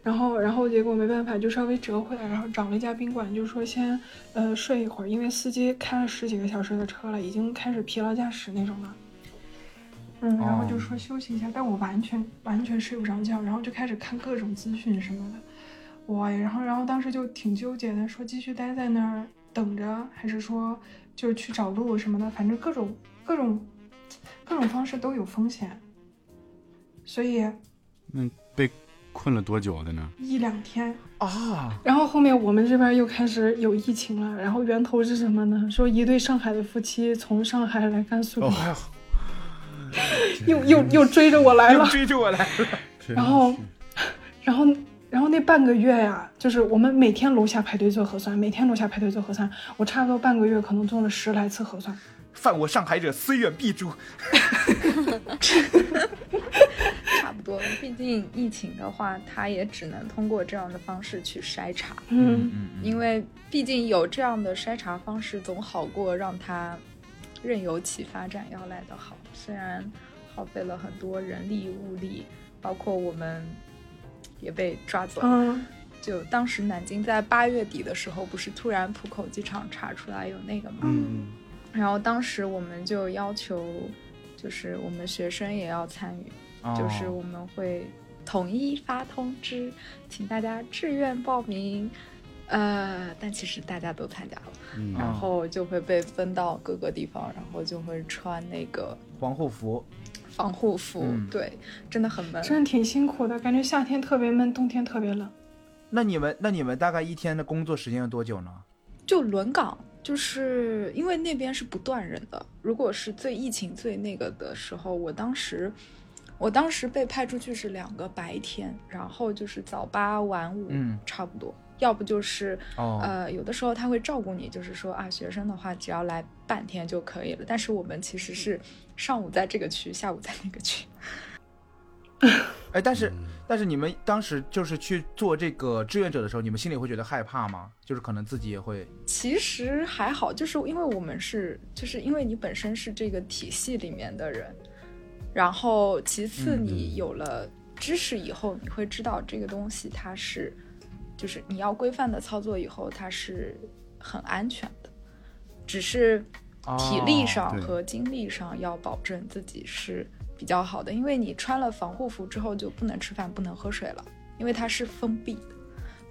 [SPEAKER 5] 然后，然后结果没办法，就稍微折回来，然后找了一家宾馆，就说先，呃，睡一会儿，因为司机开了十几个小时的车了，已经开始疲劳驾驶那种了。嗯，然后
[SPEAKER 2] 哦
[SPEAKER 5] 就说休息一下，但我完全完全睡不着觉，然后就开始看各种资讯什么的，哇，然后然后当时就挺纠结的，说继续待在那儿等着，还是说就是去找路什么的，反正各种各种各种方式都有风险，所以
[SPEAKER 1] 被困了多久的 呢？
[SPEAKER 5] 一两天
[SPEAKER 2] 啊，
[SPEAKER 5] 然后后面我们这边又开始有疫情了，然后源头是什么呢？说一对上海的夫妻从上海来甘肃，
[SPEAKER 1] 哦
[SPEAKER 2] 哎
[SPEAKER 5] 又又又追着我来
[SPEAKER 2] 呦，
[SPEAKER 5] 了
[SPEAKER 2] 又，追着我来了，
[SPEAKER 5] 然后，然后，然后那半个月呀、就是我们每天楼下排队做核酸，每天楼下排队做核酸，我差不多半个月可能做了十来次核酸，
[SPEAKER 2] 犯我上海者，虽远必诛。
[SPEAKER 4] 差不多。毕竟疫情的话，它也只能通过这样的方式去筛查，
[SPEAKER 5] 嗯，
[SPEAKER 4] 因为毕竟有这样的筛查方式，总好过让它任由其发展要来得好。虽然耗费了很多人力物力，包括我们也被抓走了
[SPEAKER 5] 嗯，
[SPEAKER 4] 就当时南京在八月底的时候，不是突然浦口机场查出来有那个嘛，
[SPEAKER 1] 嗯，
[SPEAKER 4] 然后当时我们就要求，就是我们学生也要参与，
[SPEAKER 2] 哦
[SPEAKER 4] 就是我们会统一发通知，请大家志愿报名。呃，但其实大家都参加了，
[SPEAKER 1] 嗯
[SPEAKER 2] 哦
[SPEAKER 4] 然后就会被分到各个地方，然后就会穿那个
[SPEAKER 2] 皇嗯后服，
[SPEAKER 4] 防护服，
[SPEAKER 2] 嗯
[SPEAKER 4] 对，真的很闷。
[SPEAKER 5] 真的挺辛苦的，感觉夏天特别闷，冬天特别冷，
[SPEAKER 2] 那你们那你们大概一天的工作时间有多久呢？
[SPEAKER 4] 就轮岗，就是因为那边是不断人的。如果是最疫情最那个的时候，我当时，我当时被派出去是两个白天，然后就是早八晚五，
[SPEAKER 2] 嗯
[SPEAKER 4] 差不多。要不就是，
[SPEAKER 2] 哦
[SPEAKER 4] 呃，有的时候他会照顾你，就是说啊，学生的话只要来半天就可以了。但是我们其实是上午在这个区，下午在那个区。
[SPEAKER 2] 哎，但是、但是你们当时就是去做这个志愿者的时候，你们心里会觉得害怕吗？就是可能自己也会
[SPEAKER 4] 其实还好，就是因为我们是，就是因为你本身是这个体系里面的人，然后其次
[SPEAKER 2] 嗯
[SPEAKER 4] 你有了知识以后，你会知道这个东西它是，就是你要规范的操作以后，它是很安全的，只是
[SPEAKER 2] 哦
[SPEAKER 4] 体力上
[SPEAKER 1] 对
[SPEAKER 4] 和精力上要保证自己是比较好的，因为你穿了防护服之后就不能吃饭、不能喝水了，因为它是封闭的，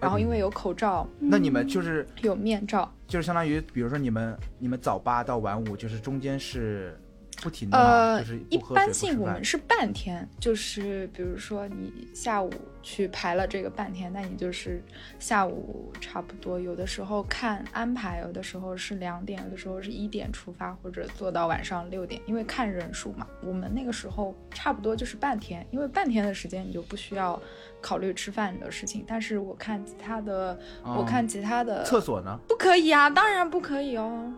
[SPEAKER 4] 然后因
[SPEAKER 2] 嗯
[SPEAKER 4] 为有口罩、
[SPEAKER 2] 那你们就是
[SPEAKER 4] 有面罩。
[SPEAKER 2] 就是相当于，比如说你们你们早八到晚五，就是中间是不停的吗，
[SPEAKER 4] 呃
[SPEAKER 2] 就是，
[SPEAKER 4] 一
[SPEAKER 2] 不喝水
[SPEAKER 4] 般
[SPEAKER 2] 不
[SPEAKER 4] 性
[SPEAKER 2] 吃
[SPEAKER 4] 我
[SPEAKER 2] 饭
[SPEAKER 4] 们是半天，就是比如说你下午去排了这个半天，那你就是下午差不多，有的时候看安排，有的时候是两点，有的时候是一点出发，或者做到晚上六点，因为看人数嘛。我们那个时候差不多就是半天，因为半天的时间你就不需要考虑吃饭的事情。但是我看其他的，我
[SPEAKER 2] 哦
[SPEAKER 4] 看其他的
[SPEAKER 2] 厕所呢？
[SPEAKER 4] 不可以啊，当然不可以哦。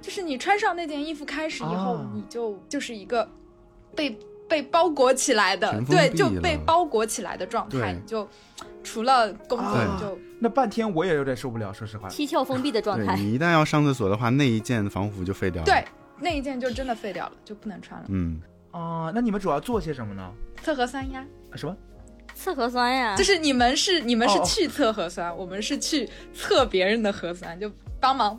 [SPEAKER 4] 就是你穿上那件衣服开始以后，
[SPEAKER 2] 啊
[SPEAKER 4] 你就就是一个被被包裹起来的
[SPEAKER 1] 全，封
[SPEAKER 4] 对，
[SPEAKER 1] 闭
[SPEAKER 4] 就
[SPEAKER 1] 了
[SPEAKER 4] 被包裹起来的状态，
[SPEAKER 1] 对哎
[SPEAKER 4] 你就除了工作
[SPEAKER 1] 对
[SPEAKER 4] 你就
[SPEAKER 2] 那半天我也有点受不了，说实话。
[SPEAKER 3] 七窍封闭的状
[SPEAKER 1] 对
[SPEAKER 3] 态。
[SPEAKER 1] 你一旦要上厕所的话，那一件防护服就废掉了。
[SPEAKER 4] 对，那一件就真的废掉了，就不能穿了。
[SPEAKER 1] 嗯，
[SPEAKER 2] 啊、那你们主要做些什么呢？
[SPEAKER 4] 测核酸呀，
[SPEAKER 2] 啊什么？
[SPEAKER 3] 测核酸呀，
[SPEAKER 4] 就是你们是你们是
[SPEAKER 2] 哦
[SPEAKER 4] 去测核酸，我们是去测别人的核酸，就帮忙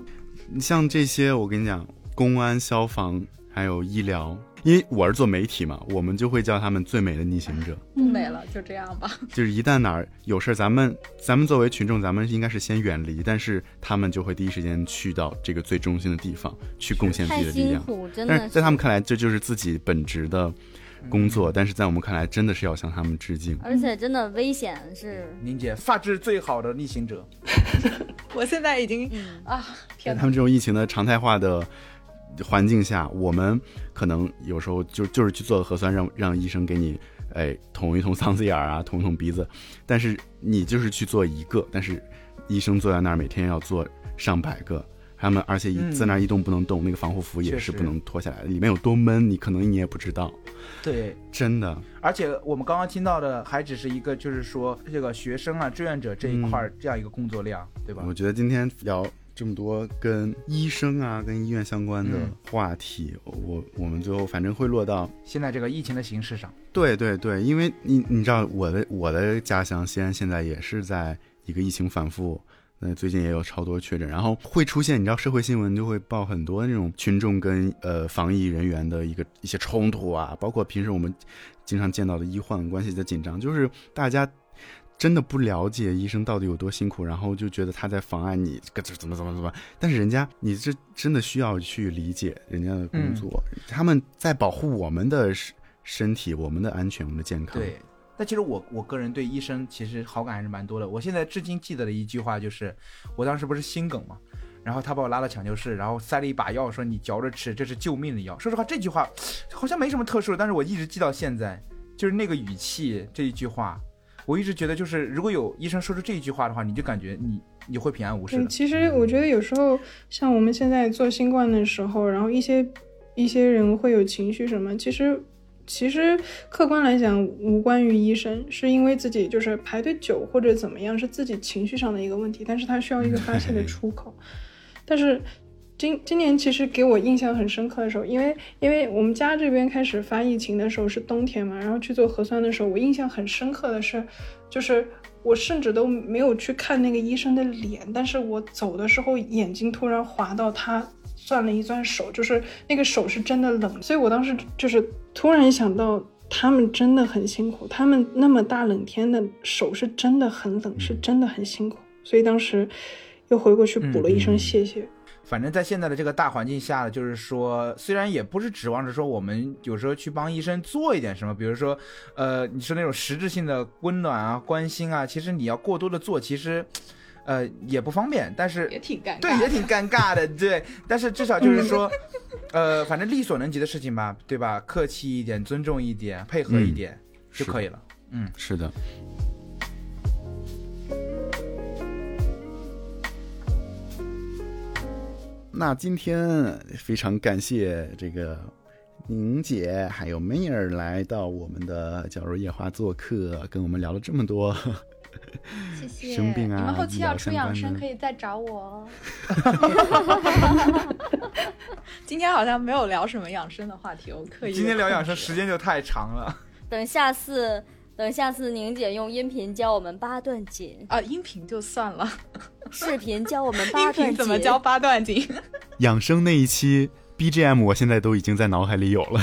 [SPEAKER 1] 像这些我跟你讲，公安、消防。还有医疗，因为我是做媒体嘛，我们就会叫他们最美的逆行者。
[SPEAKER 5] 不美了，就这样吧。
[SPEAKER 1] 就是一旦哪儿有事儿，咱们咱们作为群众，咱们应该是先远离，但是他们就会第一时间去到这个最中心的地方去贡献自
[SPEAKER 3] 太
[SPEAKER 1] 己的力
[SPEAKER 3] 辛
[SPEAKER 1] 量。
[SPEAKER 3] 苦，真
[SPEAKER 1] 但是
[SPEAKER 3] 的
[SPEAKER 1] 在他们看来，这就是自己本职的工作，但是在我们看来，真的是要向他们致敬。
[SPEAKER 3] 而且真的危险是，
[SPEAKER 2] 宁姐发质最好的逆行者，
[SPEAKER 5] 我现在已经啊，
[SPEAKER 1] 在
[SPEAKER 5] 天
[SPEAKER 1] 他
[SPEAKER 5] 哪！
[SPEAKER 1] 们这种疫情的常态化的环境下，我们可能有时候就就是去做个核酸，让让医生给你哎捅一捅嗓子眼儿啊，捅一捅鼻子，但是你就是去做一个，但是医生坐在那儿每天要做上百个。他们而且一
[SPEAKER 2] 嗯
[SPEAKER 1] 在那儿一动不能动，那个防护服也
[SPEAKER 2] 确
[SPEAKER 1] 是
[SPEAKER 2] 实
[SPEAKER 1] 不能脱下来的，里面有多闷，你可能你也不知道，
[SPEAKER 2] 对，
[SPEAKER 1] 真的。
[SPEAKER 2] 而且我们刚刚听到的还只是一个，就是说这个学生啊、志愿者这一块儿这样一个工作量，对吧
[SPEAKER 1] 我？觉得今天聊这么多跟医生啊、跟医院相关的
[SPEAKER 2] 嗯
[SPEAKER 1] 话题，我我们最后反正会落到
[SPEAKER 2] 现在这个疫情的形势上，
[SPEAKER 1] 对对对，因为你你知道我的我的家乡西安现在也是在一个疫情反复，那最近也有超多确诊，然后会出现你知道社会新闻就会报很多那种群众跟呃防疫人员的一个一些冲突啊，包括平时我们经常见到的医患关系的紧张，就是大家。真的不了解医生到底有多辛苦，然后就觉得他在妨碍你这个怎么怎么怎么，但是人家你这真的需要去理解人家的工作，他们在保护我们的身体、我们的安全、我们的健康。
[SPEAKER 2] 对。但其实我我个人对医生其实好感还是蛮多的。我现在至今记得的一句话就是，我当时不是心梗嘛，然后他把我拉到抢救室，然后塞了一把药，说你嚼着吃，这是救命的药。说实话，这句话好像没什么特殊的，但是我一直记到现在，就是那个语气这一句话，我一直觉得就是如果有医生说出这一句话的话，你就感觉你你会平安无事的
[SPEAKER 5] 嗯，。其实我觉得有时候像我们现在做新冠的时候，然后一些一些人会有情绪什么，其实其实客观来讲无关于医生，是因为自己就是排队久或者怎么样，是自己情绪上的一个问题，但是他需要一个发泄的出口。但是今今年其实给我印象很深刻的时候，因为因为我们家这边开始发疫情的时候是冬天嘛，然后去做核酸的时候，我印象很深刻的是，就是我甚至都没有去看那个医生的脸，但是我走的时候眼睛突然滑到他。攥了一攥手，就是那个手是真的冷，所以我当时就是突然想到，他们真的很辛苦，他们那么大冷天的手是真的很冷，是真的很辛苦，所以当时又回过去补了一声谢谢。
[SPEAKER 2] 反正，在现在的这个大环境下，就是说，虽然也不是指望着说我们有时候去帮医生做一点什么，比如说，呃，你说那种实质性的温暖啊、关心啊，其实你要过多的做，其实，呃，也不方便。但是
[SPEAKER 5] 也挺尴尬。
[SPEAKER 2] 对，也挺尴尬的，对。但是至少就是说，呃，反正力所能及的事情吧，对吧？客气一点，尊重一点，配合一点、
[SPEAKER 1] 是
[SPEAKER 2] 就可以了。嗯，
[SPEAKER 1] 是的，那今天非常感谢这个宁姐还有梅儿来到我们的《绞肉夜话》做客，跟我们聊了这么多
[SPEAKER 7] 谢谢。
[SPEAKER 1] 生病啊
[SPEAKER 7] 你们后期
[SPEAKER 1] 医疗
[SPEAKER 7] 要出
[SPEAKER 1] 相
[SPEAKER 7] 养
[SPEAKER 1] 关
[SPEAKER 7] 生
[SPEAKER 1] 的
[SPEAKER 7] 可以再找我哦。
[SPEAKER 5] 今天好像没有聊什么养生的话题，我刻意
[SPEAKER 2] 今天聊养生
[SPEAKER 5] 控制
[SPEAKER 2] 时间就太长了。
[SPEAKER 3] 等下次等下次宁姐用音频教我们八段锦，
[SPEAKER 5] 啊，音频就 算了，
[SPEAKER 3] 视频教我们八
[SPEAKER 5] 音
[SPEAKER 3] 段
[SPEAKER 5] 频
[SPEAKER 3] 锦，
[SPEAKER 5] 怎么教八段锦？
[SPEAKER 1] 养生那一期 BGM，我现在都已经在脑海里有了。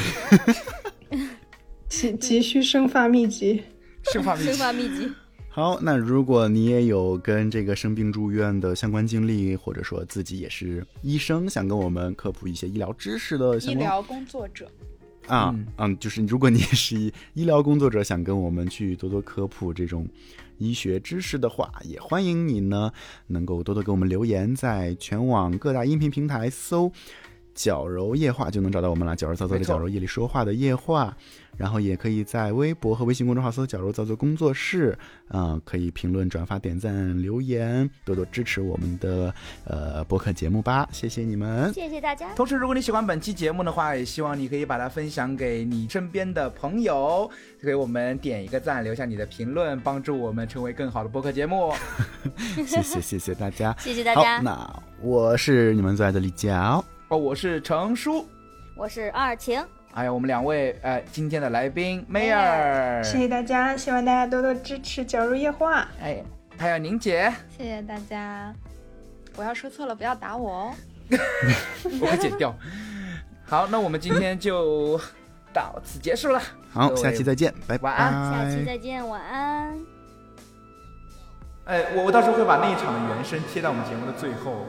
[SPEAKER 5] 急急需生发秘籍。
[SPEAKER 2] 生 化密
[SPEAKER 3] 生化秘籍？
[SPEAKER 1] 好，那如果你也有跟这个生病住院的相关经历，或者说自己也是医生，想跟我们科普一些医疗知识的
[SPEAKER 7] 医
[SPEAKER 1] 相关
[SPEAKER 7] 疗工作者，
[SPEAKER 1] 啊
[SPEAKER 2] 嗯
[SPEAKER 1] 嗯，就是如果你也是医医疗工作者，想跟我们去多多科普这种医学知识的话，也欢迎你呢能够多多给我们留言，在全网各大音频平台搜“矫揉夜话”就能找到我们了。矫揉造作的
[SPEAKER 2] 没错
[SPEAKER 1] 矫揉，夜里说话的夜话。然后也可以在微博和微信公众号搜“矫揉造作工作室”，啊、可以评论、转发、点赞、留言，多多支持我们的呃播客节目吧，谢谢你 们。
[SPEAKER 3] 谢谢大家，
[SPEAKER 2] 同时，如果你喜欢本期节目的话，也希望你可以把它分享给你身边的朋友，给我们点一个赞，留下你的评论，帮助我们成为更好的播客节目。
[SPEAKER 1] 谢谢谢谢大家。
[SPEAKER 3] 谢谢大
[SPEAKER 1] 好，
[SPEAKER 3] 家，
[SPEAKER 1] 那我是你们最爱的李佳，
[SPEAKER 2] 哦，我是程叔，
[SPEAKER 3] 我是二晴，
[SPEAKER 2] 还有我们两位呃今天的来宾梅
[SPEAKER 3] 梅
[SPEAKER 2] 尔
[SPEAKER 3] 尔，
[SPEAKER 5] 谢谢大家，希望大家多多支持《绞肉夜话》。
[SPEAKER 2] 哎，还有宁姐，
[SPEAKER 7] 谢谢大家。我要说错了，不要打我哦。
[SPEAKER 2] 我会剪掉。好，那我们今天就到此结束了。
[SPEAKER 1] 好，下期再见，拜
[SPEAKER 2] 晚安
[SPEAKER 3] 下期
[SPEAKER 1] 拜。
[SPEAKER 3] 再见，晚安。
[SPEAKER 2] 哎，我我到时候会把那一场的原声贴在我们节目的最后。